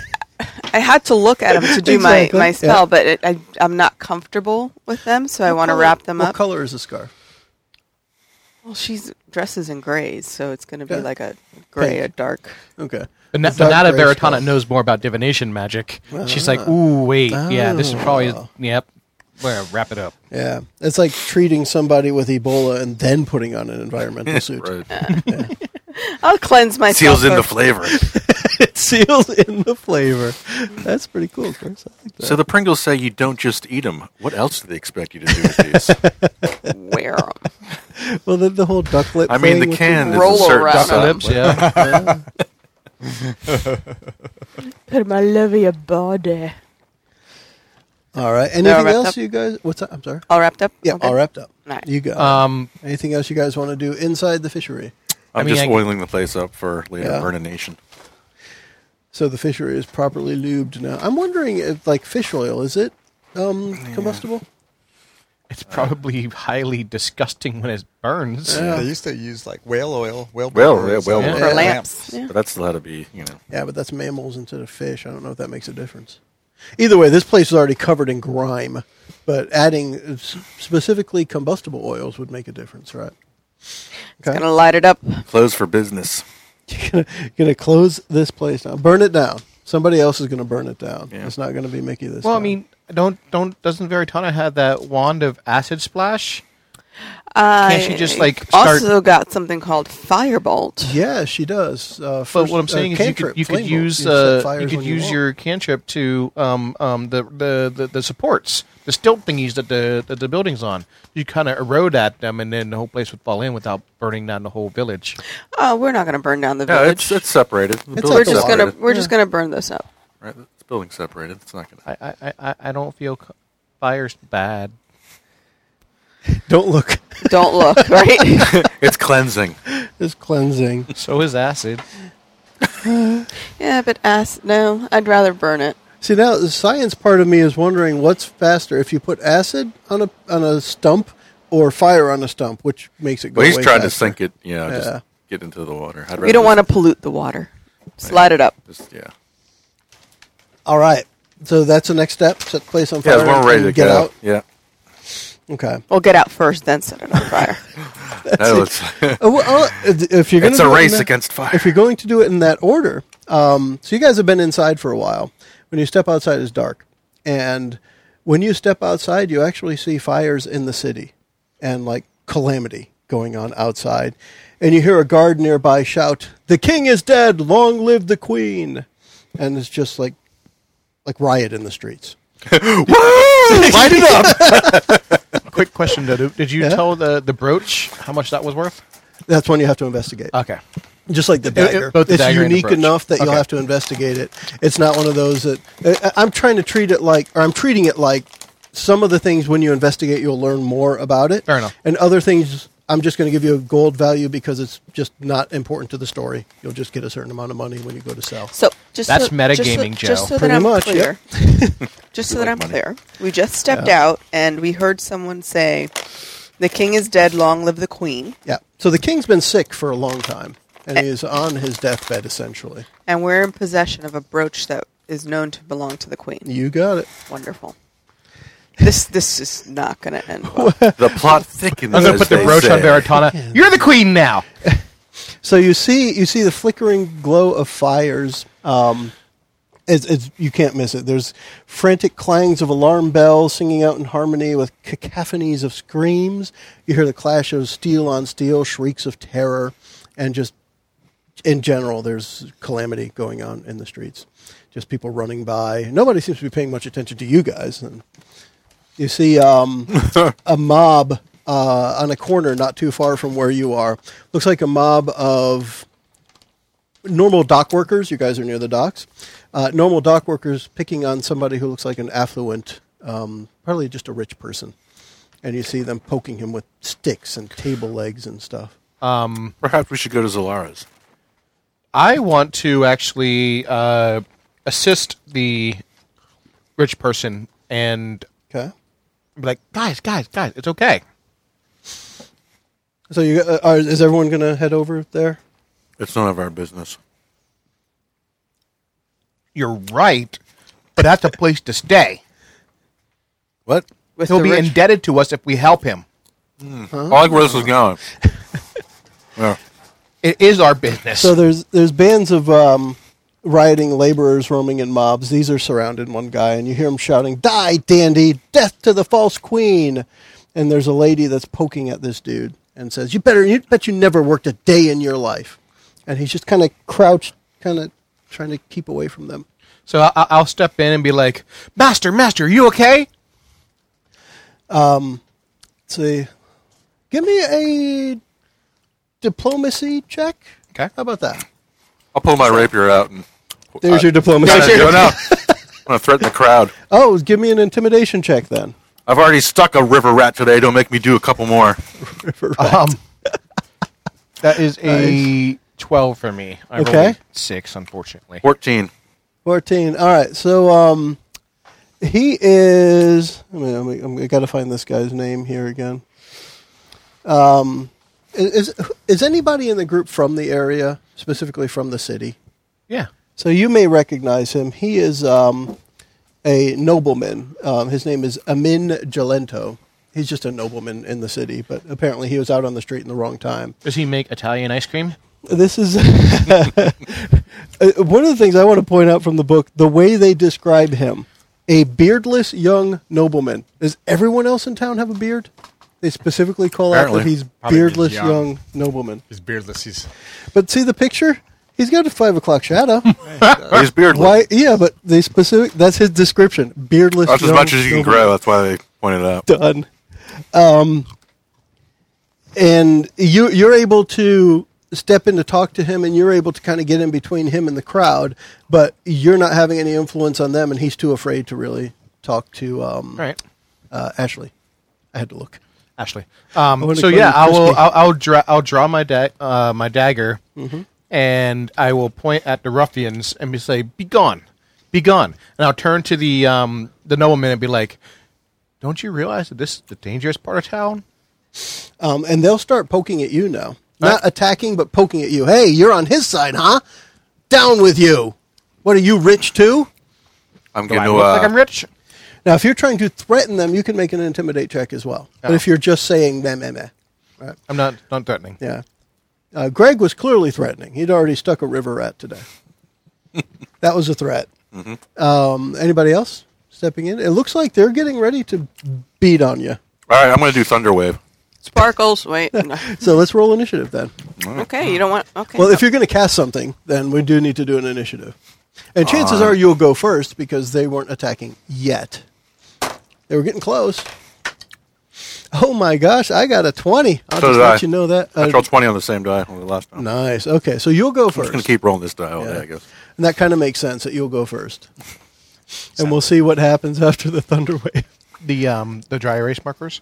I had to look at them to do Exactly, my, my yeah. spell, but it, I, I'm not comfortable with them, so I want to wrap them what up. color is the scarf? Well, she's dresses in grays, so it's going to be Okay. like a gray, a Pink. dark. Okay. But, na- The dark but now that gray Ah. Veritana scarf. knows more about divination magic, she's like, ooh, wait, yeah, this is probably, Ah. yep. Well, wrap it up. Yeah, it's like treating somebody with Ebola and then putting on an environmental suit. Right. I'll cleanse myself. Seals in the first. flavor. It seals in the flavor. That's pretty cool, Chris. I like that. So the Pringles say you don't just eat them. What else do they expect you to do with these? Wear 'em. Well, then the whole duck lip. I mean, thing the with can is roll a certain around. size. lips, yeah. Put 'em all over your body. All right. all Anything wrapped else up. you guys? What's that? I'm sorry. All wrapped up. Yeah, Okay. all wrapped up. All right. You go. Uh, Um, Anything else you guys want to do inside the fishery? I'm I mean, just I- oiling the place up for later Yeah. burnination. So the fishery is properly lubed now. I'm wondering if, like, fish oil is it um, combustible? it's probably highly disgusting when it burns. They used to use like whale oil, whale Whale- butter or yeah, whale something. butter. For Yeah. lamps. Yeah. But that's still had to be, you know. Yeah, but that's mammals instead of fish. I don't know if that makes a difference. Either way, this place is already covered in grime, but adding s- specifically combustible oils would make a difference, right? Okay. Gonna light it up. Clothes for business. Gonna, gonna close this place down. Burn it down. Somebody else is gonna burn it down. Yeah. It's not gonna be Mickey this Well, I time. mean, don't don't doesn't Veritana have that wand of acid splash? Uh, Can't you just, like, also got something called firebolt? yeah, she does. Uh, But first- what I'm uh, saying is you cantrip, could, you flame could bolt. use can set uh, fires you when could use want. your cantrip to um, um, the, the, the, the supports, the stilt thingies that the that the building's on. You kind of erode at them, and then the whole place would fall in without burning down the whole village. Oh, we're not gonna burn down the No, village. it's it's separated. The It's we're building's like a just lot. gonna separated. we're just gonna burn this up. Right, the building's separated. It's not gonna. I I, I- I, I don't feel c- fire's bad. Don't look. Don't look, right? It's cleansing. it's cleansing. So is acid. yeah, but acid. No, I'd rather burn it. See now, the science part of me is wondering what's faster if you put acid on a on a stump or fire on a stump, which makes it go. Well, he's way trying to faster. sink it. You know, Yeah. just get into the water. I'd We don't want to pollute the water. Just light it up. Just, yeah. All right, so that's the next step. Set the place on fire. Yeah, we're and ready to get go. out. Yeah. Okay. We'll get out first, then set it on fire. No, it's, Uh, well, I'll- if you're gonna it's a do it in race that- against fire. If you're going to do it in that order, um, so you guys have been inside for a while. When you step outside, it's dark, and when you step outside, you actually see fires in the city and like calamity going on outside, and you hear a guard nearby shout, "The king is dead! Long live the queen!" And it's just like like riot in the streets. Light it up. Quick question though: Did did you Yeah? tell the the brooch how much that was worth? That's when you have to investigate. Okay. Just like the It- it- dagger, both the it's dagger and the unique brooch. enough that you'll Okay. have to investigate it. It's not one of those that I- I- I'm trying to treat it like, or I'm treating it like some of the things when you investigate, you'll learn more about it. Fair enough. And other things, I'm just going to give you a gold value because it's just not important to the story. You'll just get a certain amount of money when you go to sell. So just That's so, metagaming, just so, Just Joe. so Pretty that I'm much, clear. just so that like I'm money. clear, we just stepped out and we heard someone say, "The king is dead. Long live the queen." Yeah. So the king's been sick for a long time, and he is on his deathbed essentially. And we're in possession of a brooch that is known to belong to the queen. You got it. Wonderful. This this is not going to end well. the plot thickens. I'm gonna as put the they brooch on say. Veritana. You're the queen now. So you see, you see the flickering glow of fires. Um, it's, it's, you can't miss it. There's frantic clangs of alarm bells singing out in harmony with cacophonies of screams. You hear the clash of steel on steel, shrieks of terror, and just in general, there's calamity going on in the streets. Just people running by. Nobody seems to be paying much attention to you guys. And you see um, a mob uh, on a corner not too far from where you are. Looks like a mob of normal dock workers. You guys are near the docks. Uh, normal dock workers picking on somebody who looks like an affluent, um, probably just a rich person. And you see them poking him with sticks and table legs and stuff. Perhaps we should go to Zolara's. I want to actually uh, assist the rich person and Okay. be like, guys, guys, guys, it's okay. So you uh, are, is everyone going to head over there? It's none of our business. You're right, but that's a place to stay. What? With He'll the be rich- indebted to us if we help him. I like where this is going. yeah. It is our business. So there's there's bands of um, rioting laborers roaming in mobs. These are surrounded one guy, and you hear him shouting, Die, dandy! Death to the false queen! And there's a lady that's poking at this dude and says, You better, you bet you never worked a day in your life. And he's just kind of crouched, kind of trying to keep away from them. So I- I- I'll step in and be like, Master, Master, are you okay? Let's see. Give me a diplomacy check. Okay. How about that? I'll pull my rapier out and There's your diplomacy. I don't know. I'm gonna threaten the crowd. Oh, give me an intimidation check then. I've already stuck a river rat today. Don't make me do a couple more. Um, that is a 12 for me. I rolled Okay. a 6, unfortunately. Fourteen. 14. All right. So um he is I mean, I'm, I'm, I got to find this guy's name here again. Um is is anybody in the group from the area, specifically from the city? Yeah. So you may recognize him. He is um, a nobleman. Um, his name is Amin Gelento. He's just a nobleman in the city, but apparently he was out on the street in the wrong time. Does he make Italian ice cream? This is Uh, one of the things I want to point out from the book the way they describe him a beardless young nobleman. Does everyone else in town have a beard? They specifically call out that Apparently. he's Probably means beardless young. young nobleman. He's beardless. He's But see the picture? He's got a five o'clock shadow. He's beardless. Why? Yeah, but the specific. That's his description. Beardless. That's as young much as you can nobleman. grow. That's why they pointed it out. Done. Um, and you you're able to step in to talk to him, and you're able to kind of get in between him and the crowd, but you're not having any influence on them, and he's too afraid to really talk to um, All right. uh, Ashley. I had to look. Ashley. I Um, wanna so call yeah, you I will. Crispy. I'll, I'll draw. I'll draw my da- uh, my dagger, and I will point at the ruffians and be say, "Be gone, be gone." And I'll turn to the um, the nobleman and be like, "Don't you realize that this is the dangerous part of town?" Um, and they'll start poking at you now, not attacking, but poking at you. Hey, you're on his side, huh? Down with you! What are you rich too? I'm Do I gonna. look uh, like I'm rich. Now, if you're trying to threaten them, you can make an intimidate check as well. But Oh. if you're just saying meh, meh, meh, I'm not not threatening. yeah. Uh, Greg was clearly threatening. He'd already stuck a river rat today. that was a threat. Mm-hmm. Um, anybody else stepping in? It looks like they're getting ready to beat on you. All right, I'm gonna do thunder wave. Sparkles. Wait. no. So let's roll initiative then. Okay. You don't want. Okay. Well, if you're going to cast something, then we do need to do an initiative. And chances are you'll go first because they weren't attacking yet. They were getting close. Oh my gosh, I got a 20. I'll So just did let I. you know that. I Uh, rolled twenty on the same die on the last time. nice. Okay, so you'll go I'm just first. gonna keep rolling this die all day, I guess. And that kind of makes sense that you'll go first. and we'll see what happens after the thunder wave. The um the dry erase markers.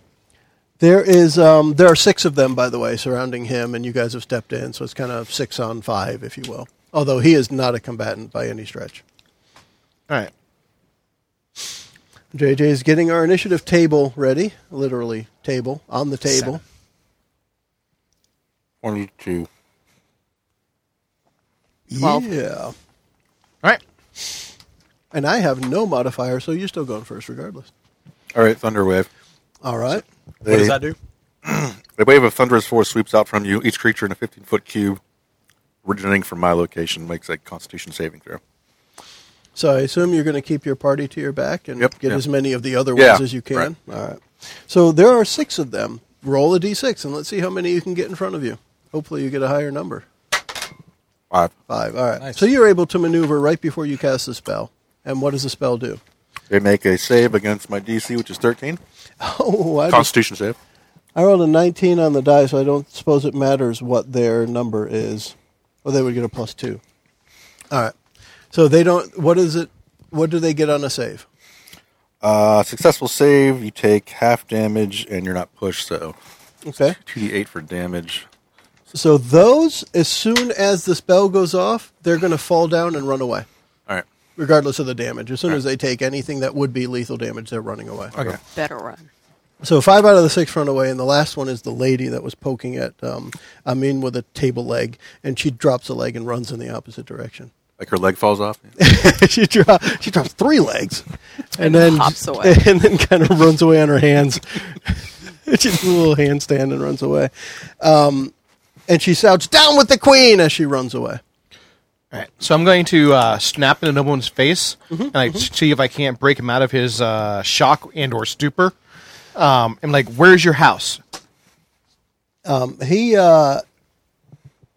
There is um, there are six of them, by the way, surrounding him, and you guys have stepped in, so it's kind of six on five, if you will. Although he is not a combatant by any stretch. All right. JJ is getting our initiative table ready, literally table on the table. Twenty-two. Twelve. Yeah, All right. and I have no modifier, so you're still going first, regardless. All right, thunder wave. All right. What does that do? A wave of thunderous force sweeps out from you. Each creature in a 15 foot cube originating from my location makes a constitution saving throw. So I assume you're going to keep your party to your back and Yep, get yeah. as many of the other ones Yeah, as you can. All right. So there are six of them. Roll a d6 and let's see how many you can get in front of you. Hopefully, you get a higher number. Five. Five. All right. So you're able to maneuver right before you cast the spell. And what does the spell do? They make a save against my DC, which is 13. Oh, I, just, Constitution save. I rolled a 19 on the die, so I don't suppose it matters what their number is. Well, they would get a plus two. All right. So they don't. What is it? What do they get on a save? Uh, successful save, you take half damage and you're not pushed, so Okay. 2d8 for damage. So those, as soon as the spell goes off, they're going to fall down and run away, All right. regardless of the damage. As soon as they take anything that would be lethal damage, they're running away. Okay. Better run. So five out of the six run away, and the last one is the lady that was poking at um, Amin with a table leg, and she drops a leg and runs in the opposite direction. Like her leg falls off. she dro- she drops three legs, and then hops away. and then kind of runs away on her hands. she does a little handstand and runs away, um, and she shouts, "Down with the queen!" as she runs away. Alright, So I'm going to uh, snap into Nobleman's face Mm-hmm, and like see if I can't break him out of his uh, shock and or stupor. Um, I'm like, "Where's your house?" He uh all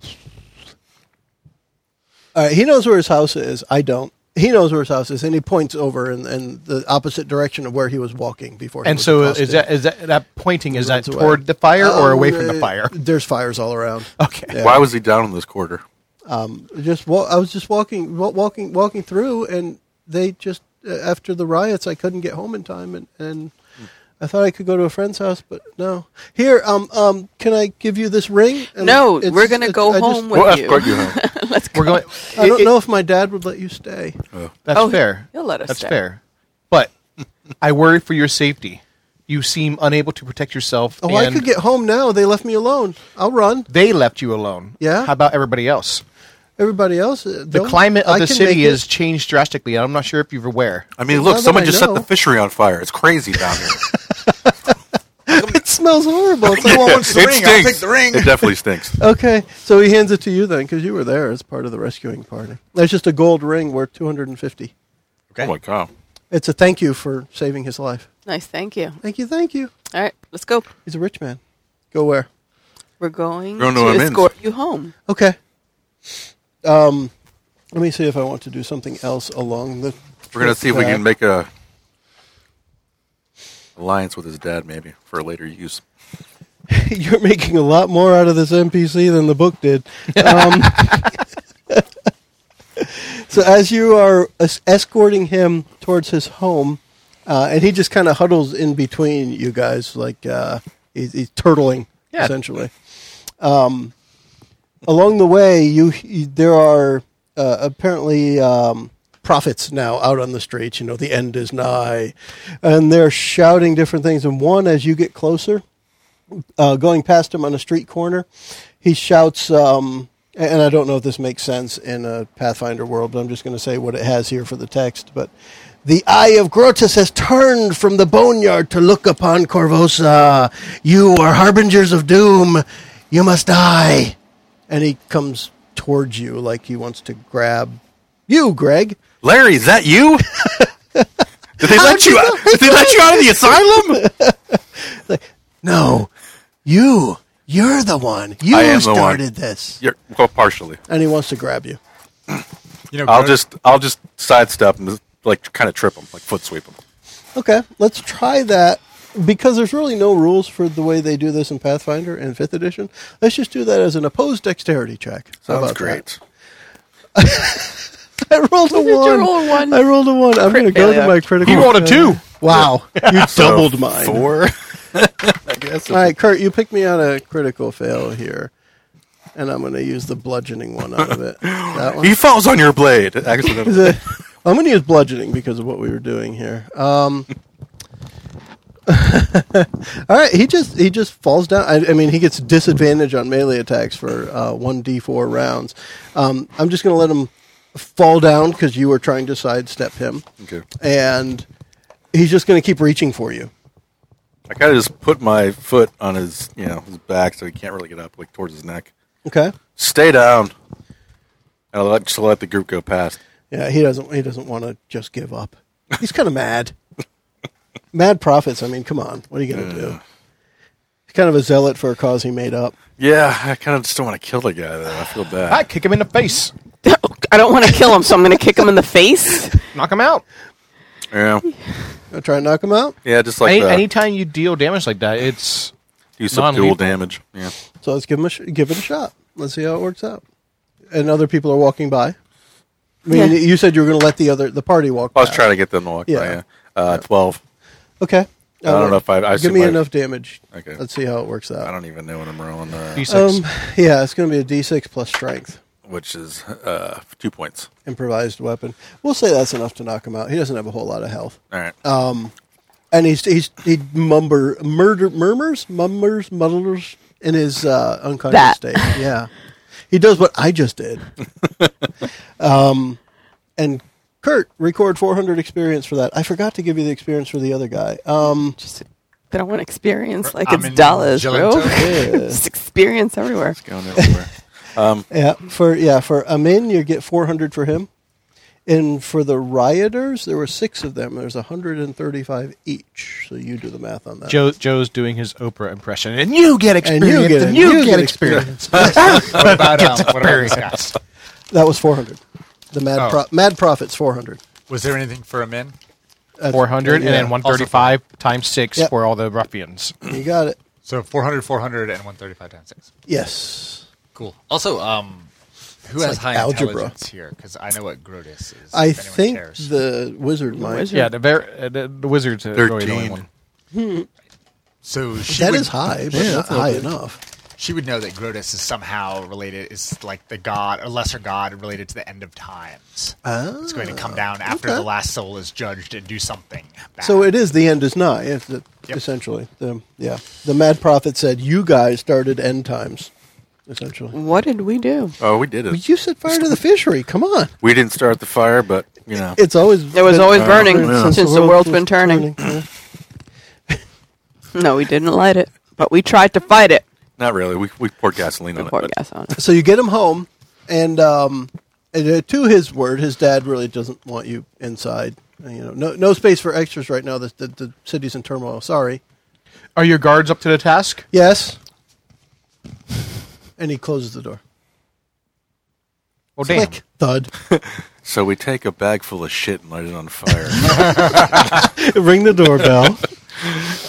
right, he knows where his house is. I don't. He knows where his house is, and he points over in, in the opposite direction of where he was walking before. he And was so accosted. is that is that, that pointing is that runs away. toward the fire or Uh, away from the uh, fire? There's fires all around. Okay. Yeah. Why was he down in this quarter? Just wa- I was just walking, wa- walking, walking through, and they just uh, after the riots, I couldn't get home in time, and, and I thought I could go to a friend's house, but no. Here, um, um, can I give you this ring? And No, it's- we're gonna it's- go I just- home with Well, you. escort you home. We're going. I don't it- it- know if my dad would let you stay. That's Oh, fair. he'll let us That's stay. fair. But I worry for your safety. You seem unable to protect yourself. Oh, I and could get home now. They left me alone. I'll run. They left you alone. Yeah? How about everybody else? Everybody else, uh, The don't- climate of I the can city make has it- changed drastically. and I'm not sure if you're aware. I Well, mean, now look, that someone I just know- set the fishery on fire. It's crazy down here. It smells horrible. It's like, Who well, wants the it ring? stinks. I'll take the ring. It definitely stinks. okay, so he hands it to you then because you were there as part of the rescuing party. That's just a gold ring worth two hundred and fifty. Oh my god. It's a thank you for saving his life. Nice, thank you. Thank you, thank you. All right, let's go. He's a rich man. Go where? We're going Going to to Amen's. escort you home. Okay. Um, let me see if I want to do something else along the. We're gonna see if we track. can make a alliance with his dad, maybe for later use. You're making a lot more out of this NPC than the book did. Um, so as you are es- escorting him towards his home, uh, and he just kind of huddles in between you guys, like uh, he's, he's turtling Yeah. essentially. Um, along the way, you, you there are uh, apparently. Um, Prophets now out on the streets, you know, the end is nigh. And they're shouting different things. And one, as you get closer, uh, going past him on a street corner, he shouts, um, and I don't know if this makes sense in a Pathfinder world, but I'm just going to say what it has here for the text. But the eye of Grotus has turned from the boneyard to look upon Corvosa. You are harbingers of doom. You must die. And he comes towards you like he wants to grab you, Greg. Larry, is that you? did they let you? Out, did they let you out of the asylum? No, you. You're the one. You I am the one. started this. You're, well, partially. And he wants to grab you. You know, I'll Grotus- just, I'll just sidestep and just, like kind of trip him, like foot sweep him. Okay, let's try that because there's really no rules for the way they do this in Pathfinder and Fifth Edition. Let's just do that as an opposed dexterity check. How Sounds about great. that? I rolled a did you one. roll a one? I rolled a one. I'm going to go to failure. my critical. You rolled a two. Wow, you So, doubled mine. Four. I guess. All right, Kurt, you picked me on a critical fail here, and I'm going to use the bludgeoning one out of it. That one. He falls on your blade. Accidentally. Is it- I'm going to use bludgeoning because of what we were doing here. Um, all right, he just he just falls down. I, I mean, he gets disadvantage on melee attacks for uh, one d four rounds. Um, I'm just going to let him fall down because you were trying to sidestep him, Okay. and he's just going to keep reaching for you. I kind of just put my foot on his, you know, his back, so he can't really get up, like towards his neck. Okay. Stay down. And I let, just let the group go past. Yeah, he doesn't. He doesn't want to just give up. He's kind of mad. mad prophets. I mean, come on. What are you going to do? He's kind of a zealot for a cause he made up. Yeah, I kind of just don't want to kill the guy. Though I feel bad. I kick him in the face. I don't want to kill him, so I'm going to kick him in the face. Knock him out. yeah, Gonna try and knock him out. yeah, just like Any, that. anytime you deal damage like that, it's do some non-lethal. dual damage. Yeah, So let's give him a sh- give it a shot. Let's see how it works out. And other people are walking by. I mean, Yeah. you said you were going to let the other the party walk. I was by. trying to get them to walk. Yeah. Yeah, yeah. Uh, twelve. Okay. I don't know if I- I give assume me I- enough damage. Okay. Let's see how it works out. I don't even know what I'm rolling, uh, d6. Um, yeah, it's going to be a D6 plus strength which is uh, two points. improvised weapon. We'll say that's enough to knock him out. He doesn't have a whole lot of health, All right. Oh. and he's he's he mumber murder murmurs mumbles muddles in his uh, unconscious That. state. Yeah, he does what I just did. um, and Kurt, record 400 experience for that. I forgot to give you the experience for the other guy. Um, Just that I want experience like I'm it's in dollars, bro. Gelento. Just experience everywhere. Going everywhere. Yeah, for yeah for Amin, you get four hundred for him, and for the rioters, there were six of them. There's hundred and thirty-five each. So you do the math on that. Joe, Joe's doing his Oprah impression, and you get And experience, you and you get get, it. You get experience. What about um, what about these guys? That was four hundred. The mad Oh. pro- mad profits four hundred. Was there anything for a min? Four hundred and Yeah. then one thirty-five times six Yep. for all the ruffians. You got it. So 400, 400, and 135 times six. Yes, Cool. Also, um, who has like high algebra. intelligence here? Because I know what Grotus is. I if anyone think cares. the wizard might. Yeah, the, ver- uh, the, the wizards are really the only 13. one. Hmm. so she That would, is high, but Yeah. not high enough. she would know that Grotus is somehow related, is like the god, a lesser god related to the end of times. it's going to come down after Oh, okay. the last soul is judged and do something. bad. So it is the end is nigh. If the, Yep. Essentially, the, yeah. The mad prophet said, "You guys started end times." Essentially, What did we do? Oh, we did it. you set fire to the fishery. Come on. We didn't start the fire, but you know, It's always It was always Uh, burning yeah. since the world's been turning. Yeah. No, we didn't light it, but we tried to fight it. not really. We, we poured gasoline We on it. poured but- gas on it. So you get him home, and um, and, uh, to his word, his dad really doesn't want you inside. Uh, You know, no no space for extras right now. The the, the city's in turmoil. Sorry. Are your guards up to the task? Yes. And he closes the door. Well, damn. Click. Thud. So we take a bag full of shit and light it on fire. Ring the doorbell.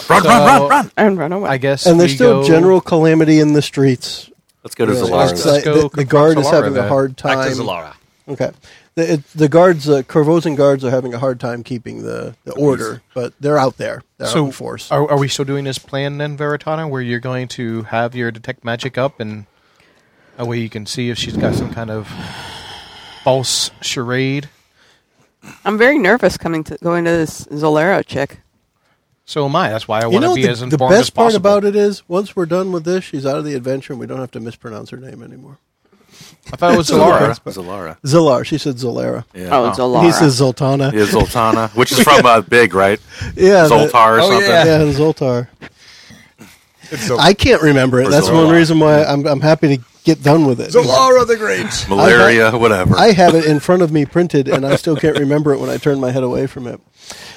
run, run, So- run, run! And run away. I guess. and there's we still go- general calamity in the streets. Let's go to Really. It's Zalara's. like go the, the confront guard is Solara having a then. hard time. Back to Zalara. Okay. The, it, the guards, uh, Corvosan guards, are having a hard time keeping the, the order, but they're out there. They're out So, in force. Are, are we still doing this plan then, Veritana, where you're going to have your detect magic up and a way you can see if she's got some kind of false charade? I'm very nervous coming to going to this Zolero chick. So am I. That's why I you want to know, be the, as the informed as best part possible. about it is once we're done with this, she's out of the adventure and we don't have to mispronounce her name anymore. I thought it was Zalara. Zalara. Zalara. Zilar. She said Zilara. Yeah. Oh, Zolara. He says Zoltana. Yeah, Zoltana, which is from uh, Big, right? Yeah. the- Zoltar or Oh, something. yeah. Yeah, Zoltar. It's Zol- I can't remember it. Or That's one Zolar. reason why I'm, I'm happy to get done with it. Zalara the Great. Malaria, whatever. I have it in front of me printed, and I still can't remember it when I turn my head away from it.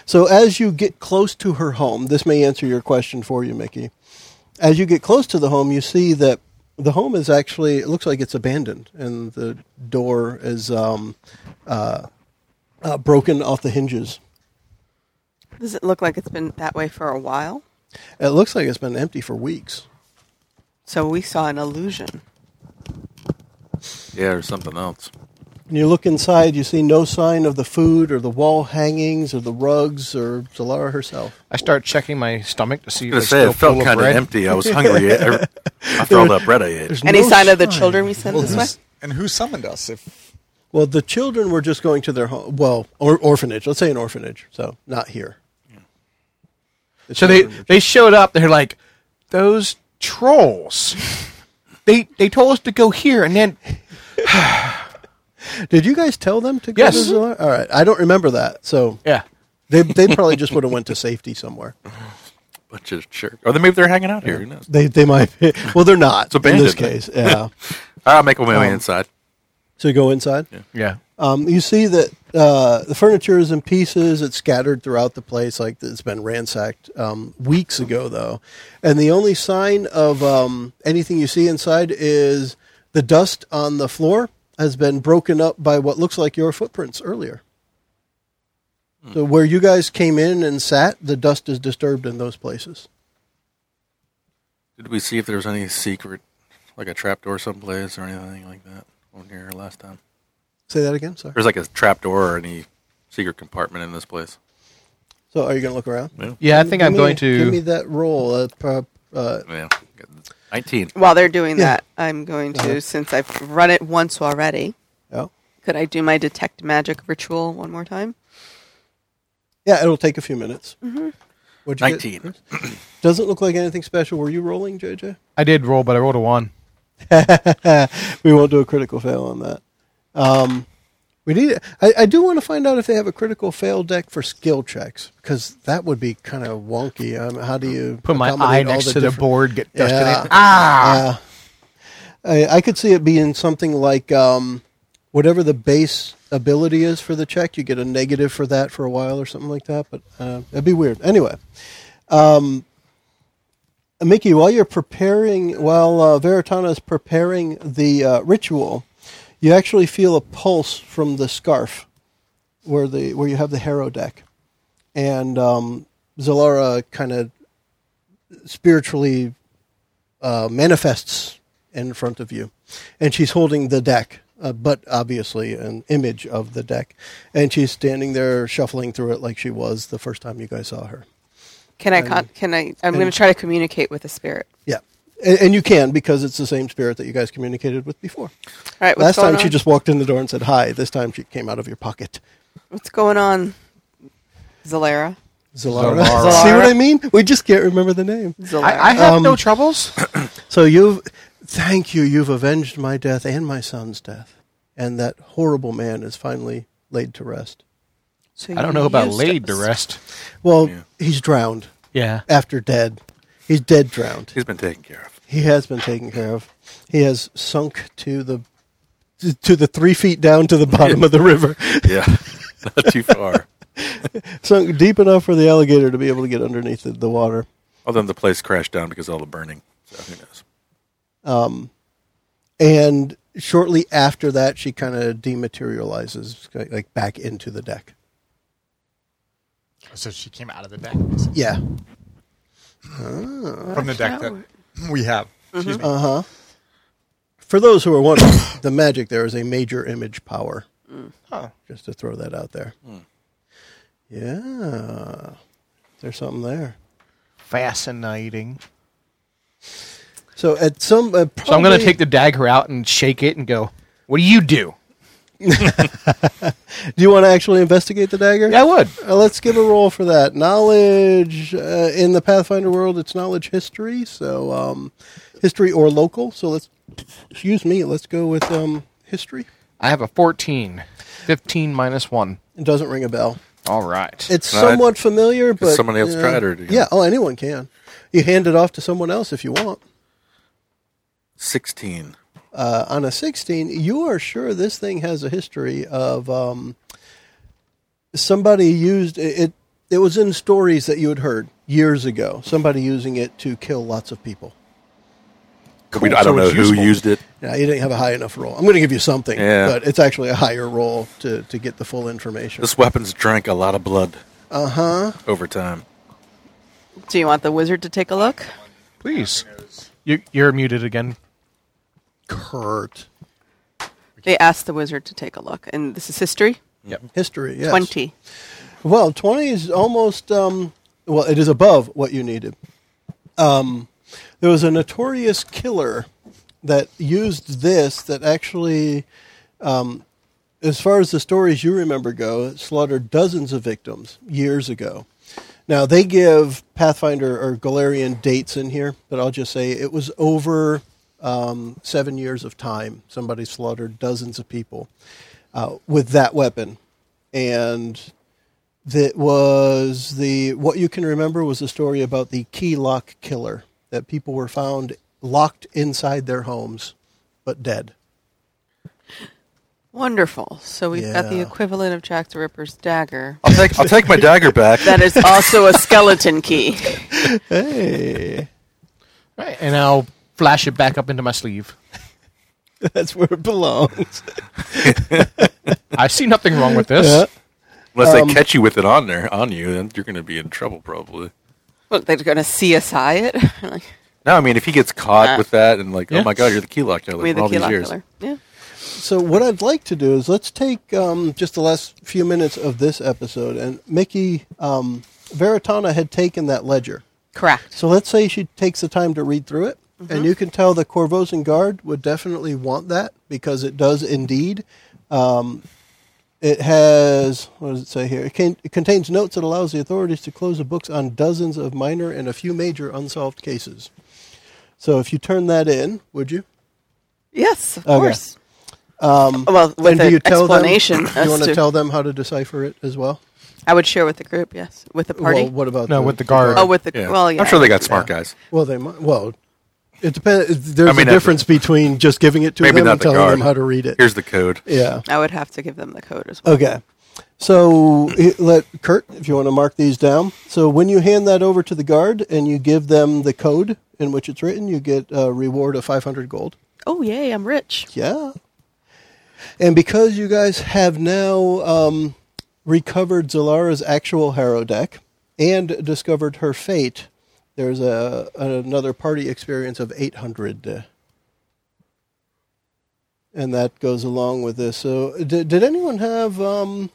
So, as you get close to her home, this may answer your question for you, Mickey. As you get close to the home, you see that the home is actually, it looks like it's abandoned, and the door is um, uh, uh, broken off the hinges. Does it look like it's been that way for a while? It looks like it's been empty for weeks. So we saw an illusion. yeah, or something else. When you look inside, you see no sign of the food or the wall hangings or the rugs or Zalara herself. I start checking my stomach to see I if was it's gonna still say it felt full of kind of bread. empty. I was hungry I- after all that bread I ate. Any No sign of the children we sent this way? and who summoned us? If Well, the children were just going to their home, well, or, orphanage. Let's say an orphanage, so not here. The So they, children were- they showed up. They're like, those trolls. They they told us to go here, and then did you guys tell them to go Yes. to Zola? All right, I don't remember that. So yeah, they they probably just would have went to safety somewhere. Bunch of jerk. Or then maybe they're hanging out here. Who knows? They they might. Well, they're not in abandoned, this right? case. Yeah. I'll make my Um, way Ah, inside. so you go inside. yeah. Um, you see that uh, the furniture is in pieces. It's scattered throughout the place, like it's been ransacked um, weeks ago, though. And the only sign of um, anything you see inside is the dust on the floor has been broken up by what looks like your footprints earlier. Hmm. So where you guys came in and sat, the dust is disturbed in those places. Did we see if there was any secret, like a trapdoor someplace or anything like that on here last time? Say that again, sorry. There's like a trapdoor or any secret compartment in this place. So are you going to look around? Yeah, I think Give I'm me- going give me to. that roll. Uh, pro- uh, Yeah. 19. While they're doing Yeah. that, I'm going to, since I've run it once already, yeah. could I do my detect magic ritual one more time? Yeah, it'll take a few minutes. Mm-hmm. 19. Doesn't look like anything special. Were you rolling, JJ? I did roll, but I rolled a one. We won't do a critical fail on that. Um, we need. I, I do want to find out if they have a critical fail deck for skill checks because that would be kind of wonky. Um, how do you Put my accommodate eye all next to the different- board, get dust in Yeah. it. Ah, I, I could see it being something like um, whatever the base ability is for the check, you get a negative for that for a while or something like that. But uh, it'd be weird. Anyway, um, Mickey, while you're preparing, while uh, Veritana is preparing the uh, ritual, you actually feel a pulse from the scarf where the where you have the harrow deck, and um, Zalara kind of spiritually uh, manifests in front of you, and she's holding the deck, uh, but obviously an image of the deck, and she's standing there shuffling through it like she was the first time you guys saw her. Can I? Con- can I? I'm going to try to communicate with the spirit. Yeah, and, and you can because it's the same spirit that you guys communicated with before. All right. What's Last going time on? she just walked in the door and said hi. This time she came out of your pocket. What's going on, Zalera? Zalara. See what I mean? We just can't remember the name. Zalera. I, I have no troubles. So you've, thank you, you've avenged my death and my son's death, and that horrible man is finally laid to rest. So I don't you know about used laid us. to rest. Well, he's drowned Yeah. after dead. He's dead drowned. He's been taken care of. He has been taken care of. He has sunk to the to the three feet down to the bottom of the river, Yeah, not too far. sunk deep enough for the alligator to be able to get underneath the, the water. Other than the place crashed down because of all the burning. So who knows? And shortly after that, she kind of dematerializes, like back into the deck. So she came out of the deck Yeah. from the deck that we have. Excuse me. For those who are wondering, the magic there is a major image power. Just to throw that out there. Yeah. There's something there. Fascinating. So at some uh, So I'm going to probably- take the dagger out and shake it and go, what do you do? Do you want to actually investigate the dagger? Yeah, I would. Uh, let's give a roll for that. Knowledge uh, in the Pathfinder world, it's knowledge history, so um, history or local. So let's excuse me. Let's go with um, history. I have a 14. 15 minus 1. It doesn't ring a bell. All right. It's All right. somewhat familiar, but somebody else yeah. tried, or do you- yeah. Oh, anyone can. You hand it off to someone else if you want. Sixteen. Uh, on a sixteen, you are sure this thing has a history of um, somebody used it, it. It was in stories that you had heard years ago. Somebody using it to kill lots of people. We- I don't know who used it. Yeah, you didn't have a high enough roll. I'm going to give you something, Yeah. but it's actually a higher roll to, to get the full information. This weapon's drank a lot of blood. Uh huh. Over time. Do you want the wizard to take a look? Please. You, you're muted again. Kurt. They asked the wizard to take a look, and this is history. History, yes. Twenty. Well, 20 is almost, um, well, it is above what you needed. Um, there was a notorious killer that used this that actually, um, as far as the stories you remember go, slaughtered dozens of victims years ago. Now, they give Pathfinder or Galarian dates in here, but I'll just say it was over um, seven years of time. Somebody slaughtered dozens of people uh, with that weapon. And that was the what you can remember was the story about the key lock killer that people were found locked inside their homes but dead Wonderful. So we've got the Yeah. equivalent of Jack the Ripper's dagger. I'll take, I'll take my dagger back. That is also a skeleton key. hey All right. And I'll flash it back up into my sleeve. that's where it belongs I see nothing wrong with this. Unless they catch you with it on there, on you, then you're going to be in trouble probably. Look, they're going to CSI it. like, No, I mean if he gets caught Uh, with that and like, yeah. oh my god, you're the key lock killer we for the all key these lock years. killer. Yeah. so what i'd like to do is let's take um, just the last few minutes of this episode and mickey um, veritana had taken that ledger Correct. So let's say she takes the time to read through it, Mm-hmm. and you can tell the Corvosan Guard would definitely want that because it does indeed. Um, it has, what does it say here? It, can, it contains notes that allows the authorities to close the books on dozens of minor and a few major unsolved cases. So if you turn that in, would you? Yes, of Okay. course. Um, well, with and do an you tell explanation. them? Do as you want to- to tell them how to decipher it as well? I would share with the group. Yes, with the party. Well, what about No, with the guard. oh, with the Yeah. well, yeah. I'm sure they got smart guys. Well, they might. Well, It depends. There's I mean, a I- difference between just giving it to Maybe them not and the telling card. them how to read it. Here's the code. yeah. I would have to give them the code as well. Okay. So it- let Kurt, if you want to mark these down. So when you hand that over to the guard and you give them the code in which it's written, you get a reward of 500 gold. Oh yay, I'm rich. Yeah. And because you guys have now um, recovered Zalara's actual Harrow deck and discovered her fate, there's a another party experience of 800. uh, And that goes along with this. So, did, did anyone have um,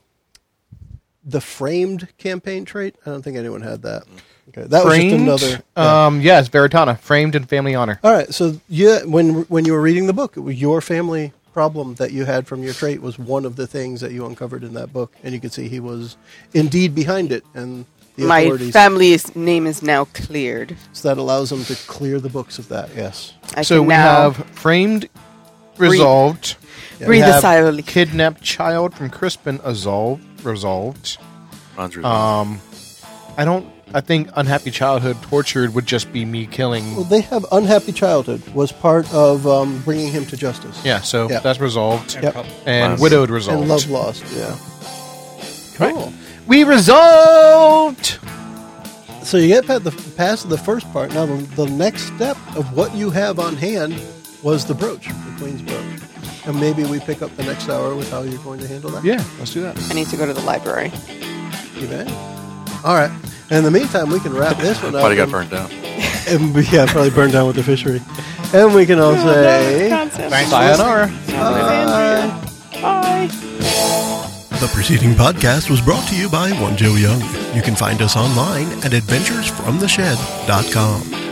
the framed campaign trait? I don't think anyone had that. Okay, that framed. was just another. Um, yeah, it's Veritana. Framed in family honor. All right. So yeah, when when you were reading the book, it was your family problem that you had from your trait was one of the things that you uncovered in that book, and you could see he was indeed behind it, and the My authorities family's name is now cleared. so that allows them to clear the books of that. Yes. I so can we now have framed, resolved. breathe We a have sigh of relief. Kidnapped child from Crispin absolved, resolved. Mine's really- Um, I don't. I think unhappy childhood tortured would just be me killing. Well, they have unhappy childhood was part of um, bringing him to justice. yeah, so Yeah. that's resolved. Yep. And Wow. widowed resolved. And love lost. Yeah. Cool. We resolved. So you get past the past the first part. Now the, the next step of what you have on hand was the brooch, the queen's brooch, and maybe we pick up the next hour with how you're going to handle that. Yeah, let's do that. I need to go to the library. You bet. All right. In the meantime, we can wrap this one up. Body got and- burned down. And we, yeah, probably burned down with the fishery. And we can all Oh, say. Thanks. Sayonara. Bye. The preceding podcast was brought to you by One Joe Young. You can find us online at adventuresfromtheshed.com.